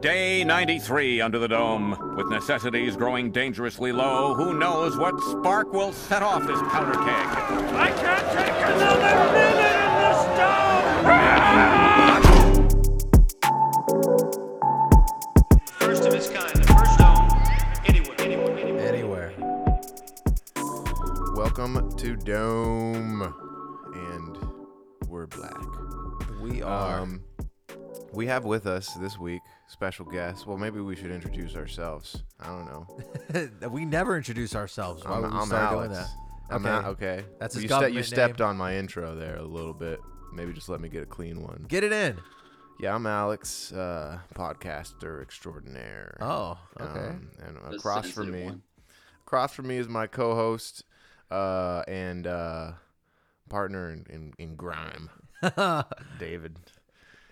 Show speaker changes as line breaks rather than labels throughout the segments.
Day 93 under the dome. With necessities growing dangerously low, who knows what spark will set off this powder keg?
I can't take another minute in this
First of its kind, the first dome anywhere, anywhere, anywhere.
Anywhere.
Welcome to Dome, and we're black.
We are.
Um, we have with us this week special guest. Well, maybe we should introduce ourselves. I don't know.
we never introduce ourselves. Why
I'm,
would we
I'm
start
Alex.
doing that?
I'm
Okay.
Al- okay.
That's his
you, ste- you
government
stepped
name.
on my intro there a little bit. Maybe just let me get a clean one.
Get it in.
Yeah, I'm Alex, uh, podcaster extraordinaire.
Oh, okay.
Um, and across from me, across from me is my co-host uh, and uh, partner in, in, in grime, David.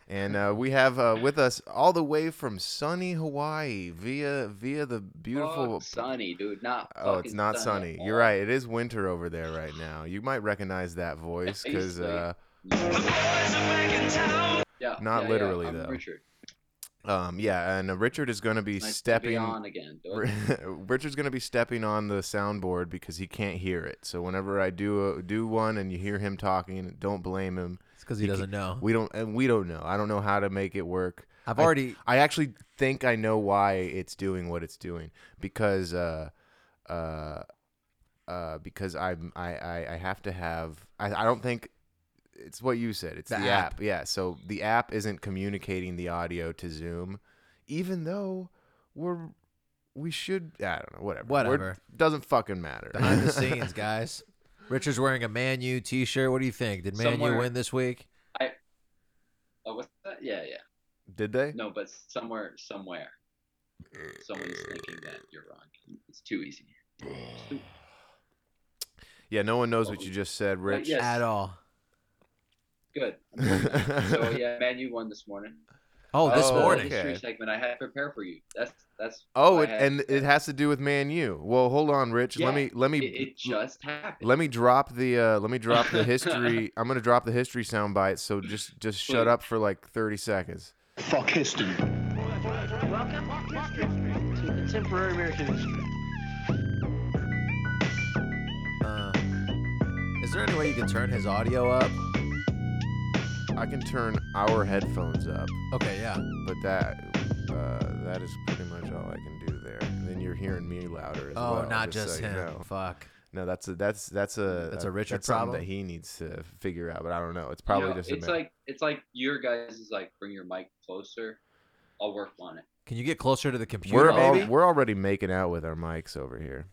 And uh, we have uh, with us all the way from sunny Hawaii via via the beautiful.
Fuck sunny, dude. Not.
oh, it's
fucking
not
sunny.
sunny. You're right. It is winter over there right now. You might recognize that voice because
Basically.
uh,
Yeah.
Not
yeah,
literally,
yeah. I'm
though.
Richard.
um, yeah, and uh, Richard is going to be
Nice
stepping
to be on again. dude.
Richard's gonna be stepping on the soundboard because he can't hear it. So whenever I do a, do one and you hear him talking, don't blame him.
It's because he doesn't know.
We don't and we don't know. I don't know how to make it work.
I've
I-
already.
I actually think I know why it's doing what it's doing because uh, uh, uh, because I'm I, I, I have to have I, I don't think it's what you said. It's
The
the,
app.
app. Yeah. So the app isn't communicating the audio to Zoom, even though we're we should I don't know whatever We're-
Whatever.
doesn't fucking matter
Behind the scenes, guys. Richard's wearing a Man U t-shirt. What do you think? Did Man U
Somewhere-
win this week?
Oh, what's that? Yeah, yeah.
Did they?
No, but somewhere, somewhere, someone's thinking that you're wrong. It's too easy.
Yeah. No one knows what you just said, Rich.
yes.
At all.
Good. so yeah, man, you won this morning.
Oh, this
Oh,
morning.
okay.
History segment I had prepared for you. That's that's.
Oh, it,
what I had
and it has to do with Man U. Well, hold on, Rich.
Yeah,
let me let me
It, it just happened.
let me drop the uh, let me drop the history. I'm gonna drop the history soundbite. So just just shut
Please.
up for like 30 seconds.
Fuck history.
dump. Welcome to contemporary American history.
Uh, is there any way you can turn his audio up?
I can turn our headphones up,
Okay, yeah.
but that uh, that is pretty much all I can do there. And then you're hearing me louder as
Oh,
well.
not
just,
just
so you
him.
know.
Fuck.
No, that's a that's that's a
That's a Richard
that's something
problem?
that he needs to figure out. But I don't know. It's
You
probably
know,
just a
it's
man-
like it's like your guys is like bring your mic closer. I'll work on it.
Can you get closer to the computer, Oh.
we're all,
maybe?
we're already making out with our mics over here.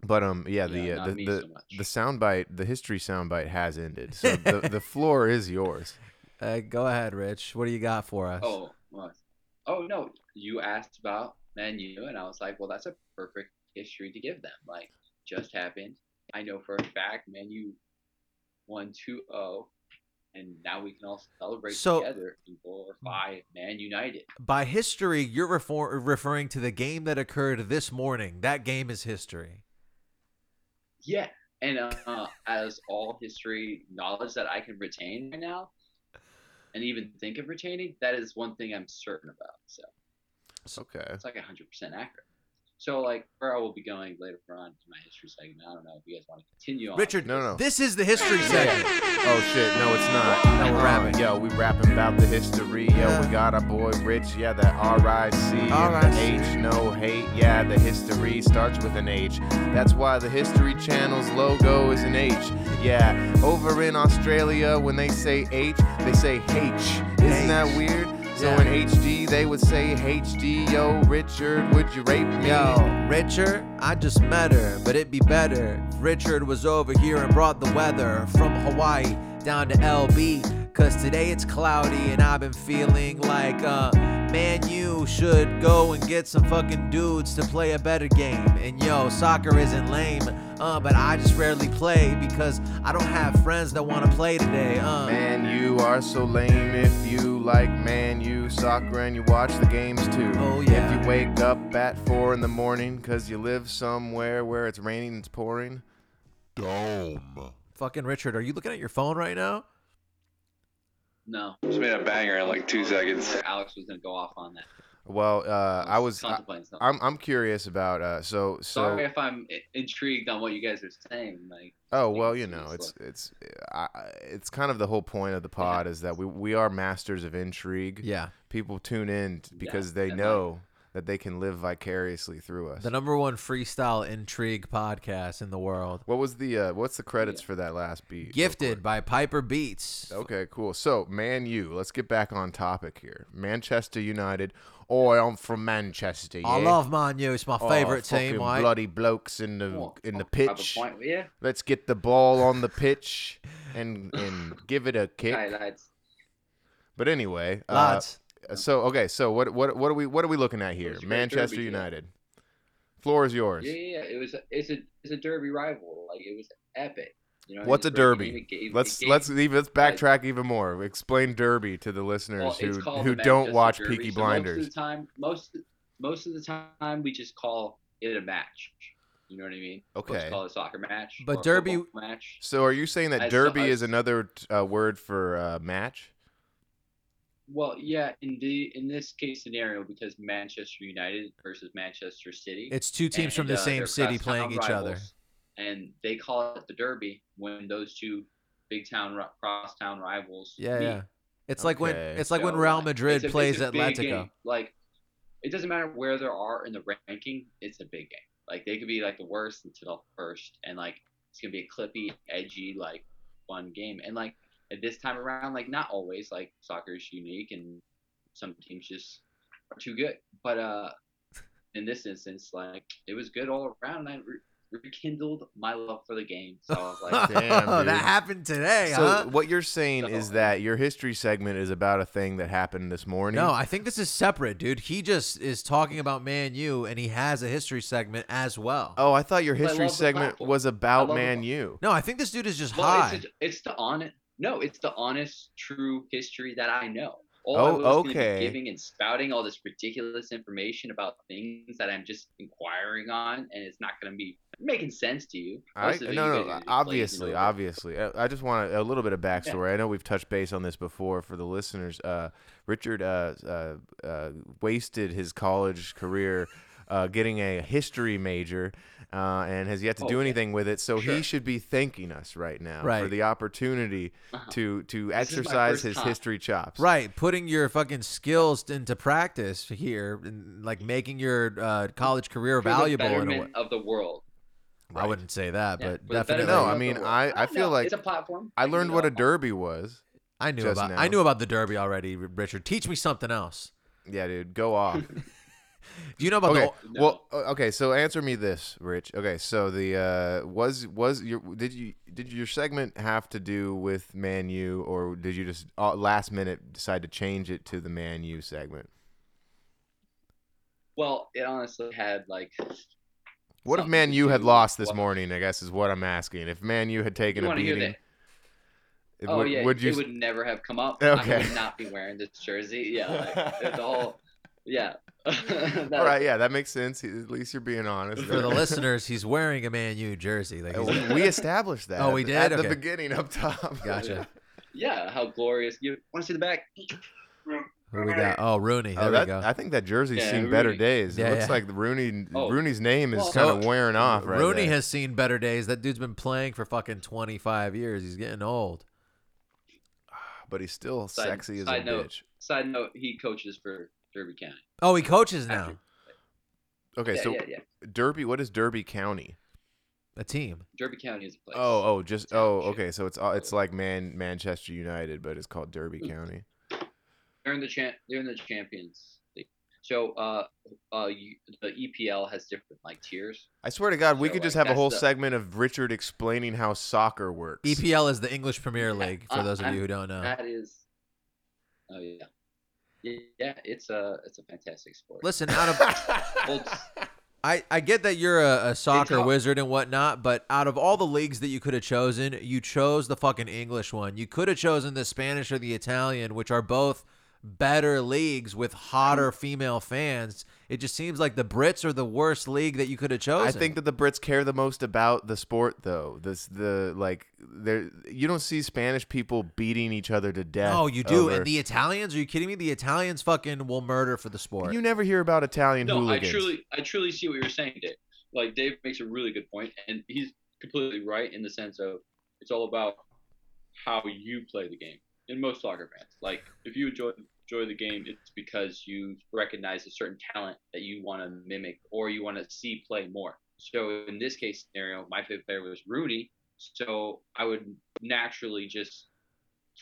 But um, yeah, the
Yeah,
uh,
not
the
me
the,
so much.
the soundbite, the history soundbite has ended. So the, the floor is yours.
Uh, go ahead, Rich. What do you got for us?
Oh, what? oh no! You asked about menu, and I was like, well, that's a perfect history to give them. Like, just happened. I know for a fact menu won 2-0, and now we can all celebrate
So-
together and glorify Man United.
By history, you're refer- referring to the game that occurred this morning. That game is history.
Yeah, and uh, uh, as all history knowledge that I can retain right now, and even think of retaining, that is one thing I'm certain about. So.
Okay.
it's like 100% accurate. So, like, where I will be going later on to my history segment, I don't know if you guys want to continue on.
Richard,
No, no.
this is the history segment.
Oh shit! No, it's not.
No, we're
Uh,
rapping.
Yo, we rapping about the history. Yo,
Yeah.
we got our boy Rich. Yeah, that R.I.C. and
R.I.C..
the H. No hate. Yeah, the history starts with an H. That's why the History Channel's logo is an H. Yeah, over in Australia, when they say H, they say H. Isn't that weird? So
Yeah.
in HD, they would say HD. Yo, Richard, would you rape me?
Yo, Richard, I just met her, but it'd be better. if Richard was over here and brought the weather from Hawaii down to LB. Cause today it's cloudy and I've been feeling like, uh, man, you should go and get some fucking dudes to play a better game. And yo, soccer isn't lame, uh, but I just rarely play because I don't have friends that wanna play today, uh.
Man, you are so lame if you like man, you soccer and you watch the games too.
Oh, yeah.
If you wake up at four in the morning because you live somewhere where it's raining and it's pouring.
Fucking Richard, are you looking at your phone right now?
No,
Just made a banger in like two seconds.
Alex was going to go off on that.
Well, uh, I was. I,
contemplating something.
I'm I'm curious about. Uh, so so.
Sorry if I'm i- intrigued on what you guys are saying. Like,
Oh
think
well,
it's
you
too
know,
slow.
it's it's I, I- it's kind of the whole point of the pod is that we we are masters of intrigue.
Yeah.
People tune in t- because they
and, like-
know that they can live vicariously through us.
The
uh,
number one freestyle intrigue podcast in the world.
What was the uh, what's the credits for that last beat? real
Gifted by Piper Beats.
quick? Okay, cool. So, Man U, let's get back on topic here. Manchester United. Oh, I'm from Manchester.
I
yeah.
love Man U. It's my
Oh,
favorite team.
fucking
Like,
Bloody blokes in the
oh,
in the
oh, have a
pitch.
point, yeah.
Let's get the ball on the pitch and and give it a kick.
Hi, lads.
But anyway, uh,
lads,
So okay, so what what what are we what are we looking at here?
Who's your
Manchester
derby team?
United. Floor is yours.
Yeah, yeah, yeah. It was. It's a. It's a derby rival. Like it was epic. You know. what I
What's
mean?
a
For game,
derby?
it gave- it
Let's
gave-
let's leave let's backtrack even more. Explain derby to the listeners
well, it's
who
called
who
the
don't
Manchester
watch
derby,
Peaky
so Most
Blinders.
of the time, most most of the time, we just call it a match. You know what I mean? Let's
Okay.
call it a soccer match.
But
or a
derby-
football match.
So are you saying that
I saw-
derby
I-
is another uh, word for uh, match?
Well, yeah, in the in this case scenario, because Manchester United versus Manchester City.
it's two teams from
and,
the
uh,
same
they're
city
cross-town
playing each other.
rivals, And they call it the derby when those two big town ri- crosstown rivals.
Yeah,
meet.
yeah. It's like when
Okay.
it's like when
So,
Real
like,
Madrid
it's a- it's
plays
a big
Atletico.
game. Like, it doesn't matter where they are in the ranking. It's a big game. Like they could be like the worst until first, and like it's gonna be a clippy, edgy, like fun game. And like at this time around, like not always. Like soccer is unique, and some teams just are too good. But uh, in this instance, like it was good all around. And I re- rekindled my love for the game. So I was like,
Damn, dude.
that happened today,
so
huh?
what you're saying is
So-
that your history segment is about a thing that happened this morning.
No, I think this is separate, dude. He just is talking about Man U, and he has a history segment as well.
oh, I thought your
But I
history
love the
segment
platform.
was
I
about
love the
Man
pla-
U.
No, I think this dude is just
Well,
high.
it's, a, it's the honest. No, it's the honest, true history that I know. All
Oh,
I was gonna be
okay.
giving and spouting all this ridiculous information about things that I'm just inquiring on, and it's not going to be making sense to you.
I,
Most of it you
no,
guys
no,
are just
obviously,
glazing over.
obviously. Uh, I, I just want a, a little bit of backstory. I know we've touched base on this before for the listeners. Uh, Richard uh, uh, uh, wasted his college career uh, getting a history major uh, and has yet to do
Okay.
anything with it. So he
Sure.
should be thanking us right now for
Right.
the opportunity
Uh-huh.
to to
This is my
exercise
first
his
time.
history chops.
Right, putting your fucking skills into practice here, and like making your uh, college career
For the
valuable in a way.
betterment of the world.
I
Right.
wouldn't say that,
Yeah,
but
for the
definitely,
betterment
No, I
of the
mean,
world.
I- I
don't
feel
know.
like-
it's a platform.
I
can
learned
get
what a
off on.
derby was.
I knew
Just
about
now.
I knew about the derby already, R- Richard. Teach me something else.
Yeah, dude, go off.
Do you know about
okay.
the?
No.
Well, o- okay. So answer me this, Rich. Okay. So the uh, was was your did you did your segment have to do with Man U, or did you just uh, last minute decide to change it to the Man U segment?
Well, it honestly had like.
What if
something
Man
to
U
do
had
with
lost this
what-
morning? I guess is what I'm asking. If Man U had taken
You
a
want to hear
beating,
that?
it
Oh
would,
yeah,
would you?
it would never have come up. I
Okay.
would not be wearing this jersey. Yeah, like, it's all. Yeah.
all right. Yeah, that makes sense. At least you're being honest.
For the
there.
listeners, he's wearing a Man U jersey. Like, he's-
we, we established that.
Oh,
at
we
the-
did?
at
Okay.
the beginning up top.
gotcha.
Yeah, how glorious! You want to see the back?
Who we got? Oh, Rooney. There
Oh,
we
that,
go.
I think that jersey's
Yeah,
seen better
Rooney.
days. it
Yeah,
looks
yeah.
like Rooney
Oh.
Rooney's name is
Well,
kind
So-
of wearing off right
Rooney
there.
has seen better days. That dude's been playing for fucking 25 years. He's getting old.
but he's still
Side-
sexy as a
side note.
bitch.
Side note: He coaches for Derby County.
Oh, he coaches now.
Okay,
yeah,
so
yeah, yeah.
Derby, what is Derby County?
A team.
Derby County is a place.
Oh, oh, just oh,
Township.
okay. So it's all it's like Man Manchester United, but it's called Derby County.
they're in the champ. They're in the Champions League. So, uh, uh, you, the EPL has different like tiers.
I swear to God, we
So,
could just have
like,
a
that's
whole
the-
segment of Richard explaining how soccer works. E
EPL E is the English Premier League. For
I-
those of
I-
you who don't know,
That is. Oh yeah. Yeah, yeah, it's a it's a fantastic sport.
listen. Out of
Old-
I, I get that you're a, a soccer
talk-
wizard and whatnot, but out of all the leagues that you could have chosen, you chose the fucking English one. You could have chosen the Spanish or the Italian, which are both better leagues with hotter female fans. It just seems like the Brits are the worst league that you could have chosen.
I think that the Brits care the most about the sport, though. This the like there you don't see Spanish people beating each other to death.
Oh, you do.
over-
And the Italians? Are you kidding me? The Italians fucking will murder for the sport.
you never hear about Italian
No, I
hooligans.
truly, I truly see what you're saying, Dave. Like Dave makes a really good point, and he's completely right in the sense of it's all about how you play the game. In most soccer fans, like if you enjoy enjoy the game, it's because you recognize a certain talent that you want to mimic or you want to see play more. So in this case scenario, my favorite player was Rooney, so I would naturally just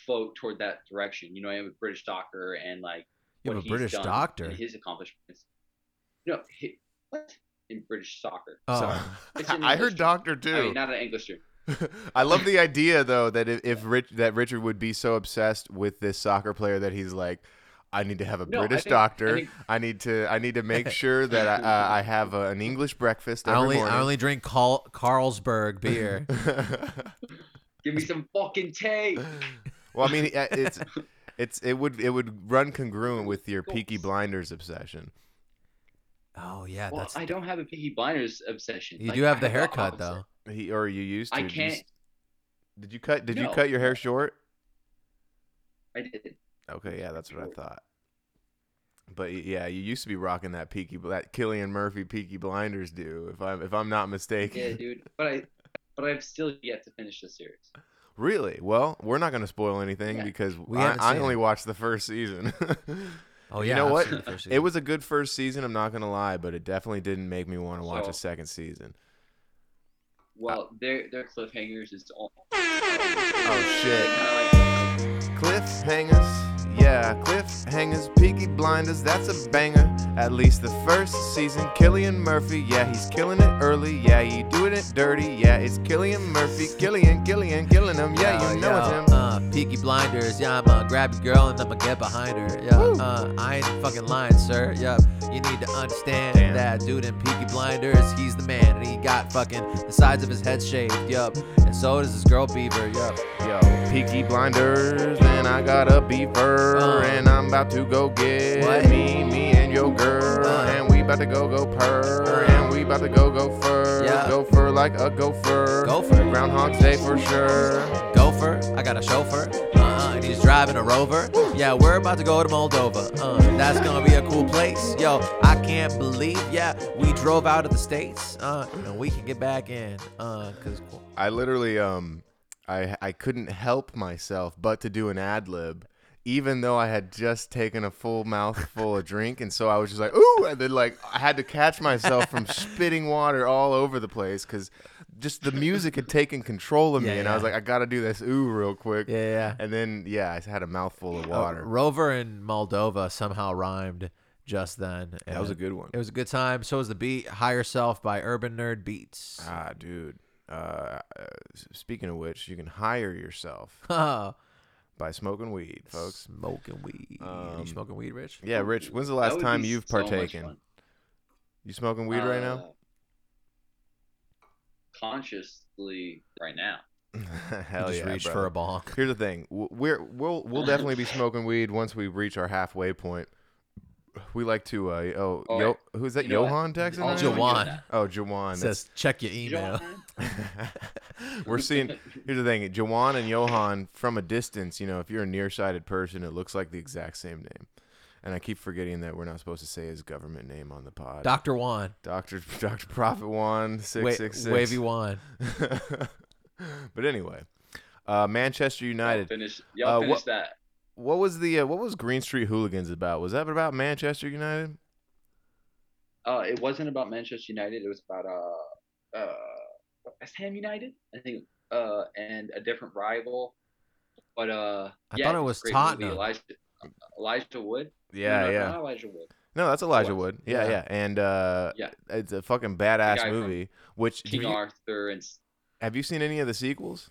float toward that direction. You know, I am a British soccer and like
You have
what
a
he's
British
done
doctor.
and his accomplishments. No, he, what in British soccer?
Oh.
Sorry.
It's in
I
English.
heard doctor
I mean,
too.
not an English term.
I love the idea though that if, if Rich that Richard would be so obsessed with this soccer player that he's like, I need to have a
No, I
British
think- I
doctor. I,
think-
need to I need to make sure that I, uh, I have uh, an English breakfast
I
every
only,
morning.
I only drink Carl, Carlsberg beer.
Give me some fucking tea.
well, I mean, uh, it's it's it would it would run congruent with your
Cool.
Peaky Blinders obsession.
oh, yeah.
well,
that's
I don't have a Peaky Blinders obsession.
You
Like,
do have
I
the haircut,
opposite.
though.
He or you used to.
I
You
can't.
s- Did you cut? Did you
No.
cut your hair short?
I did.
Okay, yeah, that's what I thought. But y- yeah, you used to be rocking that Peaky, that Killian Murphy Peaky Blinders do, if I'm if I'm not mistaken.
Yeah, dude. But I, but I've still yet to finish the series.
Really? Well, we're not gonna spoil anything
Yeah.
because
We
I,
haven't
I
seen
only
it.
watched the first season.
Oh,
You
yeah.
know
I've
what?
seen the first
it
season.
was a good first season. I'm not gonna lie, but it definitely didn't make me want to watch
So-
a second season.
Well, their their cliffhangers is all.
Oh
They
shit!
kinda like-
Cliffhangers, yeah, cliffhangers. Peaky Blinders, that's a banger. At least the first season. Killian Murphy, yeah, he's killing it early. Yeah, he doing it dirty. Yeah, it's Killian Murphy. Killian, Killian, killing him. Yeah, you know it's him.
Uh, Peaky Blinders, yeah, I'ma grab your girl and I'ma get behind her. Yeah, uh, I ain't fucking lying, sir. Yeah, you need to understand
Damn.
that dude in Peaky Blinders, he's the man, and he got fucking the sides of his head shaved. Yup, and so does his girl Beaver. Yup.
Yo, Peaky Blinders, and I got a beaver,
Uh.
and I'm about to go get
What?
me, me and your girl,
Uh.
and we about to go go purr,
Uh.
and we about to go go fur,
Yeah.
go fur like a gopher,
Gopher.
Groundhog's Day for sure.
Gopher, I got a chauffeur, uh, and he's driving a rover. Yeah, we're about to go to Moldova. Uh, that's gonna be a cool place. Yo, I can't believe, yeah, we drove out of the states, uh, and we can get back in, uh, cause.
I literally um I I couldn't help myself but to do an ad lib even though I had just taken a full mouthful of drink and so I was just like ooh and then like I had to catch myself from spitting water all over the place cuz just the music had taken control of me
Yeah,
and I was
yeah.
like I got to do this ooh real quick.
Yeah, yeah.
And then yeah, I had a mouthful of
Uh,
water.
Rover and Moldova somehow rhymed just then.
that was a
and
good one.
It was a good time. So was the beat "Higher Self" by Urban Nerd Beats.
Ah, dude. Uh, uh, s- speaking of which, you can hire yourself by smoking weed, folks.
smoking weed.
Um,
you smoking weed, Rich?
Yeah, Rich. When's the
That
last
would
time
be
you've
so much
partaken?
fun.
You smoking weed right now?
Uh, Consciously, right now.
Hell
just
yeah,
reached for
brother.
a bong.
Here's the thing. w- We're we'll we'll definitely be smoking weed once we reach our halfway point. We like to uh oh,
Oh,
yo,
yeah.
who's that?
You know
Johan Texan?
I'll
right
join you
now?
on
Jawan.
that.
Oh, Jawan. that's-
Says check your
You know
email.
what I'm saying?
We're seeing. Here's the thing. Jawan and Johan from a distance. You know, if you're a nearsighted person, it looks like the exact same name. And I keep forgetting that we're not supposed to say his government name on the pod.
Doctor Juan.
Doctor Doctor Prophet One
Wa-
Six Six Six.
Wavy Juan.
but anyway, uh, Manchester
Y'all
United.
finish, y'all
Uh,
finish
what-
that.
What was the uh, what was Green Street Hooligans about? Was that about Manchester United?
Uh, it wasn't about Manchester United. It was about uh, uh, West Ham United, I think, uh, and a different rival. But uh,
I
yeah,
thought it
it's a
was
great movie.
Tottenham.
Elijah, Elijah Wood.
Yeah,
no,
yeah.
Not Elijah Wood.
No, that's Elijah
was.
Wood. Yeah, yeah,
Yeah.
and uh,
Yeah.
it's a fucking
The
badass
guy from
movie. Which have
King
you,
Arthur and s-
have you seen any of the sequels?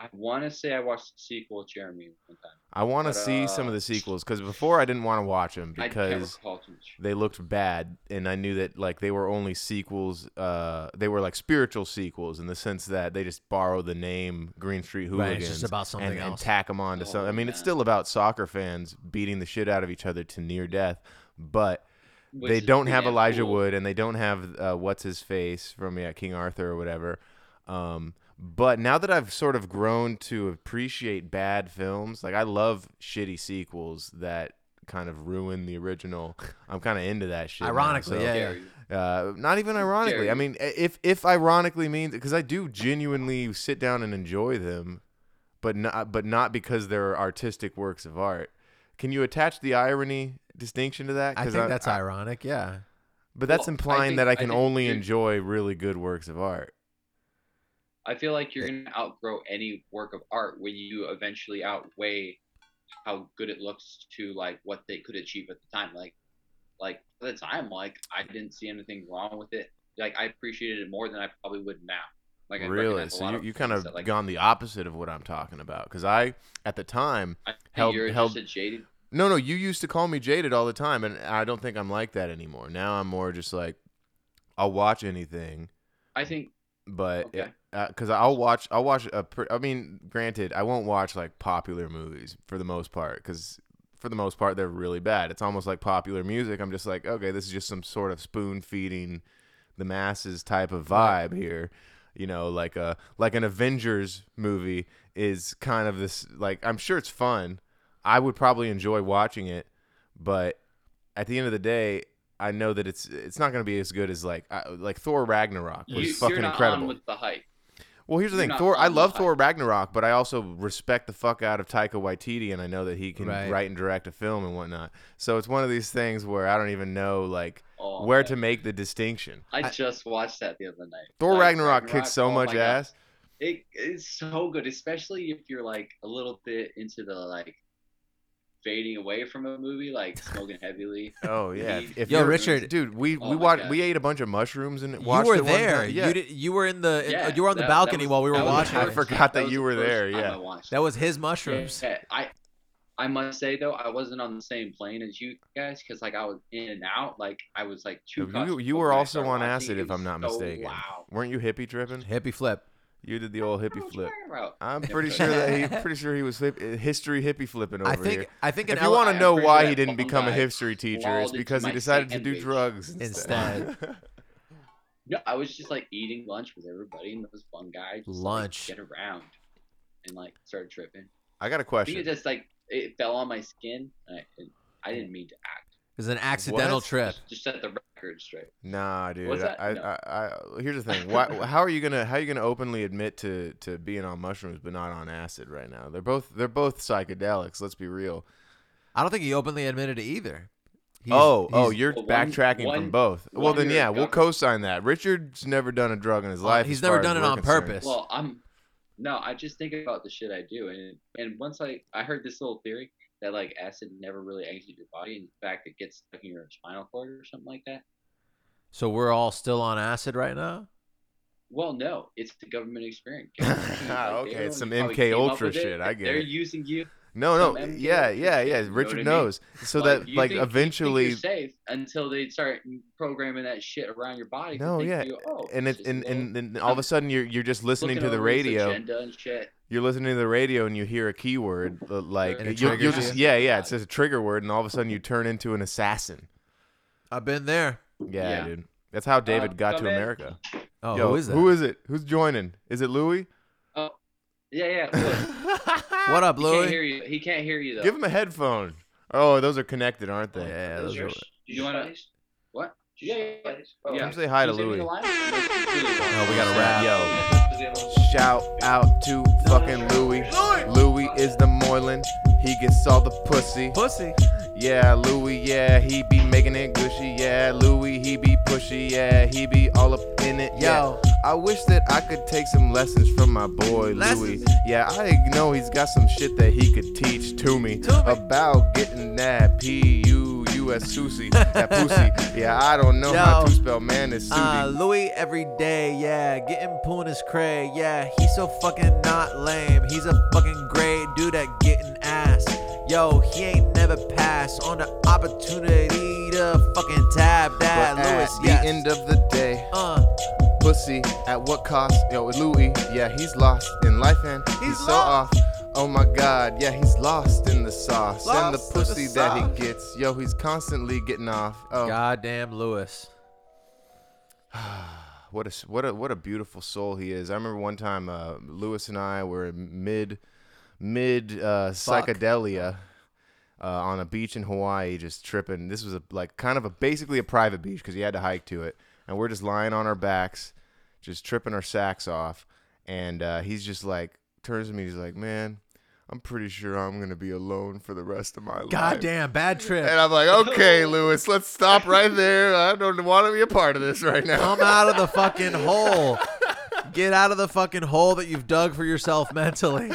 I want to say I watched the sequel with Jeremy one time.
I want to
But,
see some of
uh,
the sequels because before I didn't want to watch them
I can't
because
recall too much.
they looked bad and i knew that like they were only sequels uh they were like spiritual sequels in the sense that they just borrow the name green street hooligans
Right, it's just about something
and, and
else.
tack them on to
Oh,
something i mean it's
yeah.
still about soccer fans beating the shit out of each other to near death but
Which
they
is
don't
pretty
have
damn
Elijah
cool.
Wood and they don't have uh, what's his face from yeah, King Arthur or whatever. Um, but now that I've sort of grown to appreciate bad films, like I love shitty sequels that kind of ruin the original. I'm kind of into that shit. now,
Ironically,
so-
yeah.
Dare you.
uh, not even ironically. I
you.
mean, i- if if ironically means because I do genuinely sit down and enjoy them, but not but not because they're artistic works of art. Can you attach the irony distinction to that?
I
'Cause
think that's ironic. Yeah.
But that's
Well, I
implying
think-
that I
I
can
think
only
you-
enjoy really good works of art.
I feel like you're gonna outgrow any work of art when you eventually outweigh how good it looks to like what they could achieve at the time. Like, like at the time, like I didn't see anything wrong with it. Like I appreciated it more than I probably would now. Like I
really?
recognize a
So
lot
you, you kind
things
of
that, like,
gone the opposite of what I'm talking about. Because I, at the time,
I think
held-
you're
held-
just a jaded.
no, no, you used to call me jaded all the time, and I don't think I'm like that anymore. Now I'm more just like, I'll watch anything,
I think
but
Okay.
because uh, I'll watch, I'll watch a. Pr- I mean, granted, I won't watch like popular movies for the most part, because for the most part they're really bad. It's almost like popular music. I'm just like, okay, this is just some sort of spoon feeding the masses type of vibe here. You know, like a like an Avengers movie is kind of this. Like, I'm sure it's fun. I would probably enjoy watching it, but at the end of the day. I know that it's it's not going to be as good as like I, like Thor Ragnarok was
you,
fucking
you're not
incredible.
on with the hype.
Well, here's the
You're
thing,
not
Thor. I
on the
love
hype.
Thor Ragnarok, but I also respect the fuck out of Taika Waititi, and I know that he can
Right.
write and direct a film and whatnot. So it's one of these things where I don't even know like
Oh,
where
man.
to make the distinction.
I, just watched that the other night.
Thor
Like,
Ragnarok, kicks so
oh
much
my God.
ass.
It is so good, especially if you're like a little bit into the like fading away from a movie, like smoking heavily.
Oh yeah.
Leave.
If- if
Yo,
you're-
Richard. uh,
dude, we
Oh
we
my
watched
God.
we ate a bunch of mushrooms and
You
watched
were
it one
there.
time.
You did, you were in the
Yeah,
uh, you were on the
that- that
balcony
was-
while we were
that was
watching.
the
I
it.
forgot
first-
that
was
you
the
were
first
there,
time
yeah.
I watched
That was his
it.
mushrooms.
Yeah, I, I must say though, I wasn't on the same plane as you guys because like I was in and out. Like I was like two.
You-
cups
you
before
were
I
also
started
on
watching.
acid,
It
if I'm
was
not
so
mistaken.
Wow.
Weren't you hippie tripping?
Hippie flip.
You did the old
What
hippie
you
flip.
talking about?
I'm
Yeah,
pretty
but-
sure that he pretty sure he was hip, history hippie flipping over
I think
here.
I think an
if you
ele-
want to
I'm
know
pretty
why
sure
he
that
didn't
fucking
become a
guy
history teacher,
crawled
it's
into
because he
my
decided to do
sandwich.
drugs
Instead.
No, I was just like eating lunch with everybody, and there was one guy just like,
Lunch.
get around, and like started tripping.
I got a
I think it
question.
just like it fell on my skin. And I, and I didn't mean to act.
It's an accidental
What?
trip.
Just set the record straight.
Nah, dude.
What's that?
I,
No.
I, I, here's the thing. Why, how are you gonna How are you gonna openly admit to to being on mushrooms but not on acid right now? They're both They're both psychedelics. Let's be real.
I don't think he openly admitted to either. He's-
oh,
he's-
oh, you're
Well, one-
backtracking from
one-
both. Well,
one
then
you're
yeah, we'll
governed.
co-sign that. Richard's never done a drug in his
Uh,
life.
he's
as
never
far as
done it
we're
on
concerned.
purpose.
Well, I'm no, I just think about the shit I do, and and once I I heard this little theory that like acid never really exits your body. In fact, it gets stuck in your spinal cord or something like that.
So we're all still on acid right now.
Well, no, it's the government experiment.
Okay,
they
it's some MK
probably came up
Ultra
with it.
shit, I
If
get
They're
it.
using you.
No, no,
Some MK
yeah,
Ultra
yeah,
shit,
yeah.
you know what I
Richard
mean?
knows. So
Like,
that
you
like
think- you think
eventually
you're safe until they start programming that shit around your body. to
No,
think
yeah,
you, oh,
and
it's
it,
just
and,
low-
and then all of a
I'm
sudden you're you're just listening
looking
to the
over his
radio.
agenda and shit.
You're listening to the radio and you hear a keyword uh, like
And it
you'll, you'll
triggers
just
you.
yeah yeah it's just a trigger word and all of a sudden you turn into an assassin.
I've been there.
Yeah, Um,
Yeah.
dude. That's how David got to
come in.
America.
Oh,
Yo,
who is that?
Who is it? Who's joining? Is it Louis?
Yeah, yeah. Look,
what up,
he can't
Louis?
hear you. He can't hear you though.
Give him a headphone. Oh, those are connected, aren't they?
Yeah, those are-
you wanna? What? Yeah, yeah, yeah.
Come
yeah.
say hi to
Can you
Louis.
save me the line? Oh,
we gotta wrap.
Yo,
Yo.
Shout out to fucking Louis. Louis is the Moylan. He gets all the pussy.
Pussy.
Yeah, Louis, yeah, he be making it gushy. Yeah, Louis, he be pushy. Yeah, he be all up in it. Yeah.
Yo.
I wish that I could take some lessons from my boy Louis.
Lessons.
Yeah, I know he's got some shit that he could teach to me
To me.
about getting that P U U U.S. sushi. That pussy. Yeah, I don't know how
Yo.
to spell man is
Uh,
suited.
Louis every day, yeah. Getting poon is cray, yeah. He's so fucking not lame. He's a fucking great dude at getting ass. Yo, he ain't never passed on the opportunity to fucking tab that.
but at
Louis,
the
yes.
end of the day,
uh,
pussy at what cost? Yo, it's Louis, yeah, he's lost in life and he's,
He's
so off. Oh my god, yeah, he's lost in the sauce and the
Lost in the
pussy that
sauce.
he gets. Yo, he's constantly getting off. Oh,
goddamn Louis.
what a s- what a what a beautiful soul he is. I remember one time uh, Lewis and I were in mid mid uh,
Fuck.
psychedelia uh, on a beach in Hawaii, just tripping. This was a, like kind of a basically a private beach because you had to hike to it, and we're just lying on our backs, just tripping our sacks off, and uh, he's just like turns to me, he's like, man. I'm pretty sure I'm gonna be alone for the rest of my life.
Goddamn, bad
And
trip.
I'm like, okay, Lewis, let's stop right there. I don't want to be a part of this right now.
Come out of the fucking hole. Get out of the fucking hole that you've dug for yourself mentally.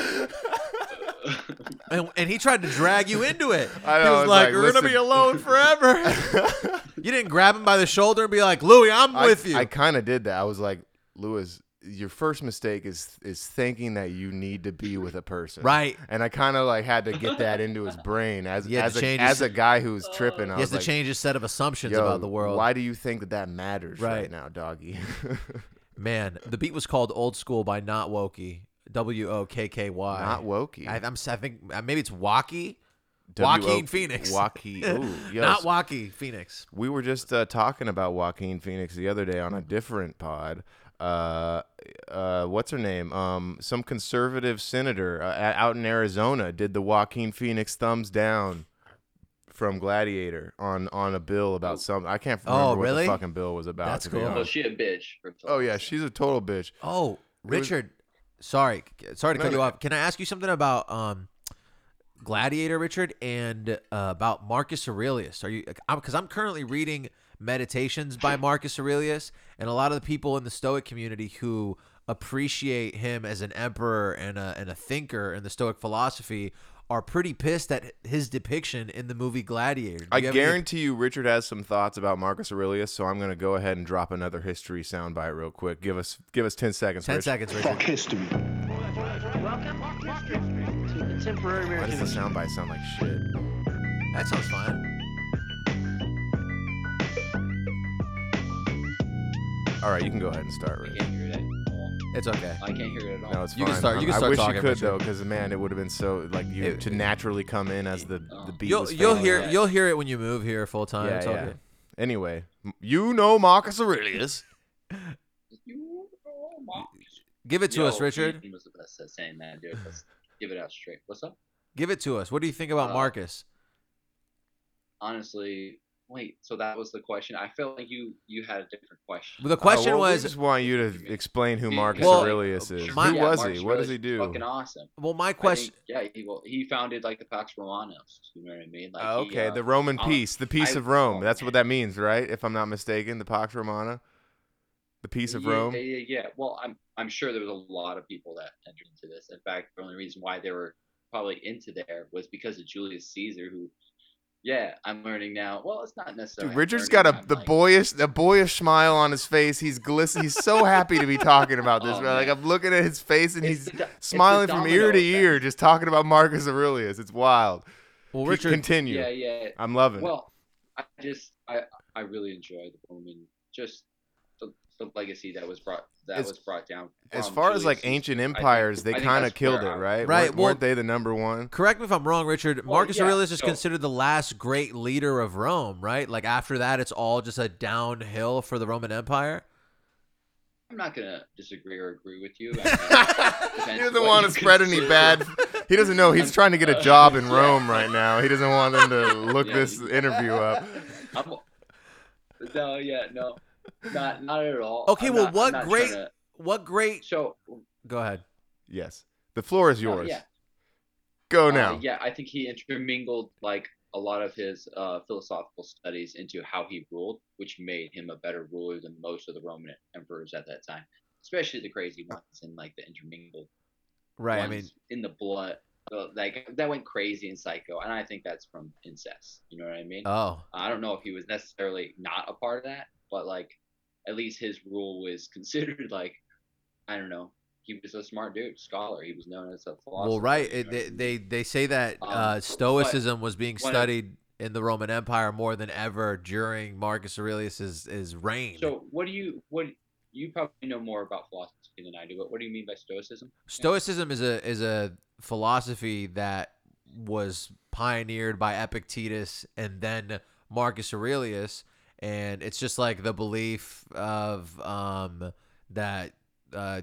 And, and he tried to drag you into it.
I know,
he
I
was,
was
like,
like,
"We're gonna be
"Listen."
alone forever." you didn't grab him by the shoulder and be like, "Louis, I'm
I-
with you."
I kind of did that. I was like, Lewis, your first mistake is is thinking that you need to be with a person,
Right.
And I kind of like had to get that into his brain as
You had
as
to
a,
change
as
his-
a guy who's tripping. I
he has
was
to
like,
change his set of assumptions
Yo,
about the world.
Why do you think that that matters right,
Right.
now, doggy?
Man, the beat was called "Old School" by Not Wokey. W O K K Y.
Not wokey.
I, I'm. s- I think uh, maybe it's Wacky.
W O-
Joaquin Phoenix.
Joaquin. Ooh, yo,
Not
so-
Wacky Phoenix.
We were just uh, talking about Joaquin Phoenix the other day on a different pod. Uh, uh, what's her name? Um, some conservative senator uh, a- out in Arizona did the Joaquin Phoenix thumbs down from Gladiator on on a bill about some. I can't remember
Oh,
what
really?
the fucking bill was about.
That's
to be
cool.
Well,
honest.
Oh, she a bitch. first of
Oh
all.
yeah, she's a total bitch.
Oh,
was-
Richard. sorry, sorry to
No,
cut you
no.
off. Can I ask you something about um, Gladiator, Richard, and uh, about Marcus Aurelius? Are you? Because I'm currently reading Meditations by Marcus Aurelius, and a lot of the people in the Stoic community who appreciate him as an emperor and a and a thinker in the Stoic philosophy are pretty pissed at his depiction in the movie Gladiator. Do
I
you have any-
guarantee you, Richard has some thoughts about Marcus Aurelius, so I'm gonna go ahead and drop another history soundbite real quick. Give us give us ten seconds.
ten
Rich.
seconds, Richard.
history. Welcome to contemporary
Why
American
does the
history.
soundbite sound like shit?
That sounds fine.
All right, you can go ahead and start,
I
Rich.
can't hear it. at all.
It's okay.
I can't hear it at all.
No, it's
You can
fine.
start- you
I'm-
can
I
start
wish
talking,
you could
Richard.
though, because man, it would have been so like you
It-
to naturally come in as the the beat.
You'll
was
you'll
fading
hear
away.
you'll hear it when you move here full time.
Yeah,
it's all
yeah.
good.
Anyway, m- you know Marcus Aurelius.
You are mocked.
Give it to
Yo,
us, Richard.
Ethan was the best at saying that, dude. Let's give it out straight. What's up?
Give it to us. What do you think about
Uh,
Marcus?
Honestly, wait. So that was the question. I felt like you you had a different question.
The question
Uh, well, we
was
just want you to explain who
You-
Marcus
Well,
Aurelius is.
my-
Who
Yeah,
was
Marcus
he? What does
Aurelius
he
is
do?
Fucking awesome.
well, my
I
question.
think- yeah, he well, he founded like the Pax Romanos. You know what I mean? Like,
Oh,
he,
okay,
uh,
the Roman
uh,
peace, the peace
I-
of Rome.
oh,
That's what
man.
that means, right? If I'm not mistaken, the Pax Romana, the peace of
yeah,
Rome.
Yeah, yeah, yeah. Well, I'm I'm sure there was a lot of people that entered into this. In fact, the only reason why they were probably into there was because of Julius Caesar, who. Yeah, I'm learning now. Well, it's not necessarily.
Dude,
I'm
Richard's
learning,
got a
I'm,
the
like-
boyish the boyish smile on his face. He's glisten. He's so happy to be talking about this.
Oh,
man. Like
man.
I'm looking at his face and
It's
he's
the do- it's the
smiling from ear to
domino
ear, just talking about Marcus Aurelius. It's wild.
well,
Keep-
Richard,
continue.
Yeah, yeah.
I'm loving it.
Well, I just I I really enjoy the Roman just the, the legacy that was brought that
As-
was brought down.
As
from
far as like
um, Julius Caesar.
ancient
think-
empires,
I
they
think
kind of
that's
killed it,
where I-
right?
Right,
Weren't,
well-
weren't they the number one?
correct me if I'm wrong, Richard.
Well,
Marcus
yeah,
Aurelius is
so-
considered the last great leader of Rome, right? Like after that, it's all just a downhill for the Roman Empire.
I'm not gonna disagree or agree with you. I mean, depends
You're the
what
one
you
that's spreading any
consider-
bad. He doesn't know. He's
I'm-
trying to get a
uh,
job in
yeah.
Rome right now. He doesn't want them to look
Yeah,
this
you-
interview up.
I'm- no, yeah, no, not not at all.
Okay,
I'm
well,
not- I'm
what
not
great-
trying
What great.
to- so
Go ahead.
Yes, the floor is
no,
yours.
yeah,
Go
Oh,
uh,
now.
yeah, I think he intermingled like a lot of his uh, philosophical studies into how he ruled, which made him a better ruler than most of the Roman emperors at that time, especially the crazy ones and like the intermingled
Right. I
ones
mean,
in the blood, Well, like that went crazy in Psycho, and I think that's from incest. You know what I mean?
Oh,
I don't know if he was necessarily not a part of that, but like at least his rule was considered like I don't know. He was a smart dude, scholar. He was known as a philosopher.
well, right.
you
It,
know?
they, they they say that
Um,
uh, Stoicism was being
when I-
studied in the Roman Empire more than ever during Marcus Aurelius's his reign.
So what do you what you probably know more about philosophy than I do, but what do you mean by stoicism?
Stoicism is a is a philosophy that was pioneered by Epictetus and then Marcus Aurelius, and it's just like the belief of um, that uh,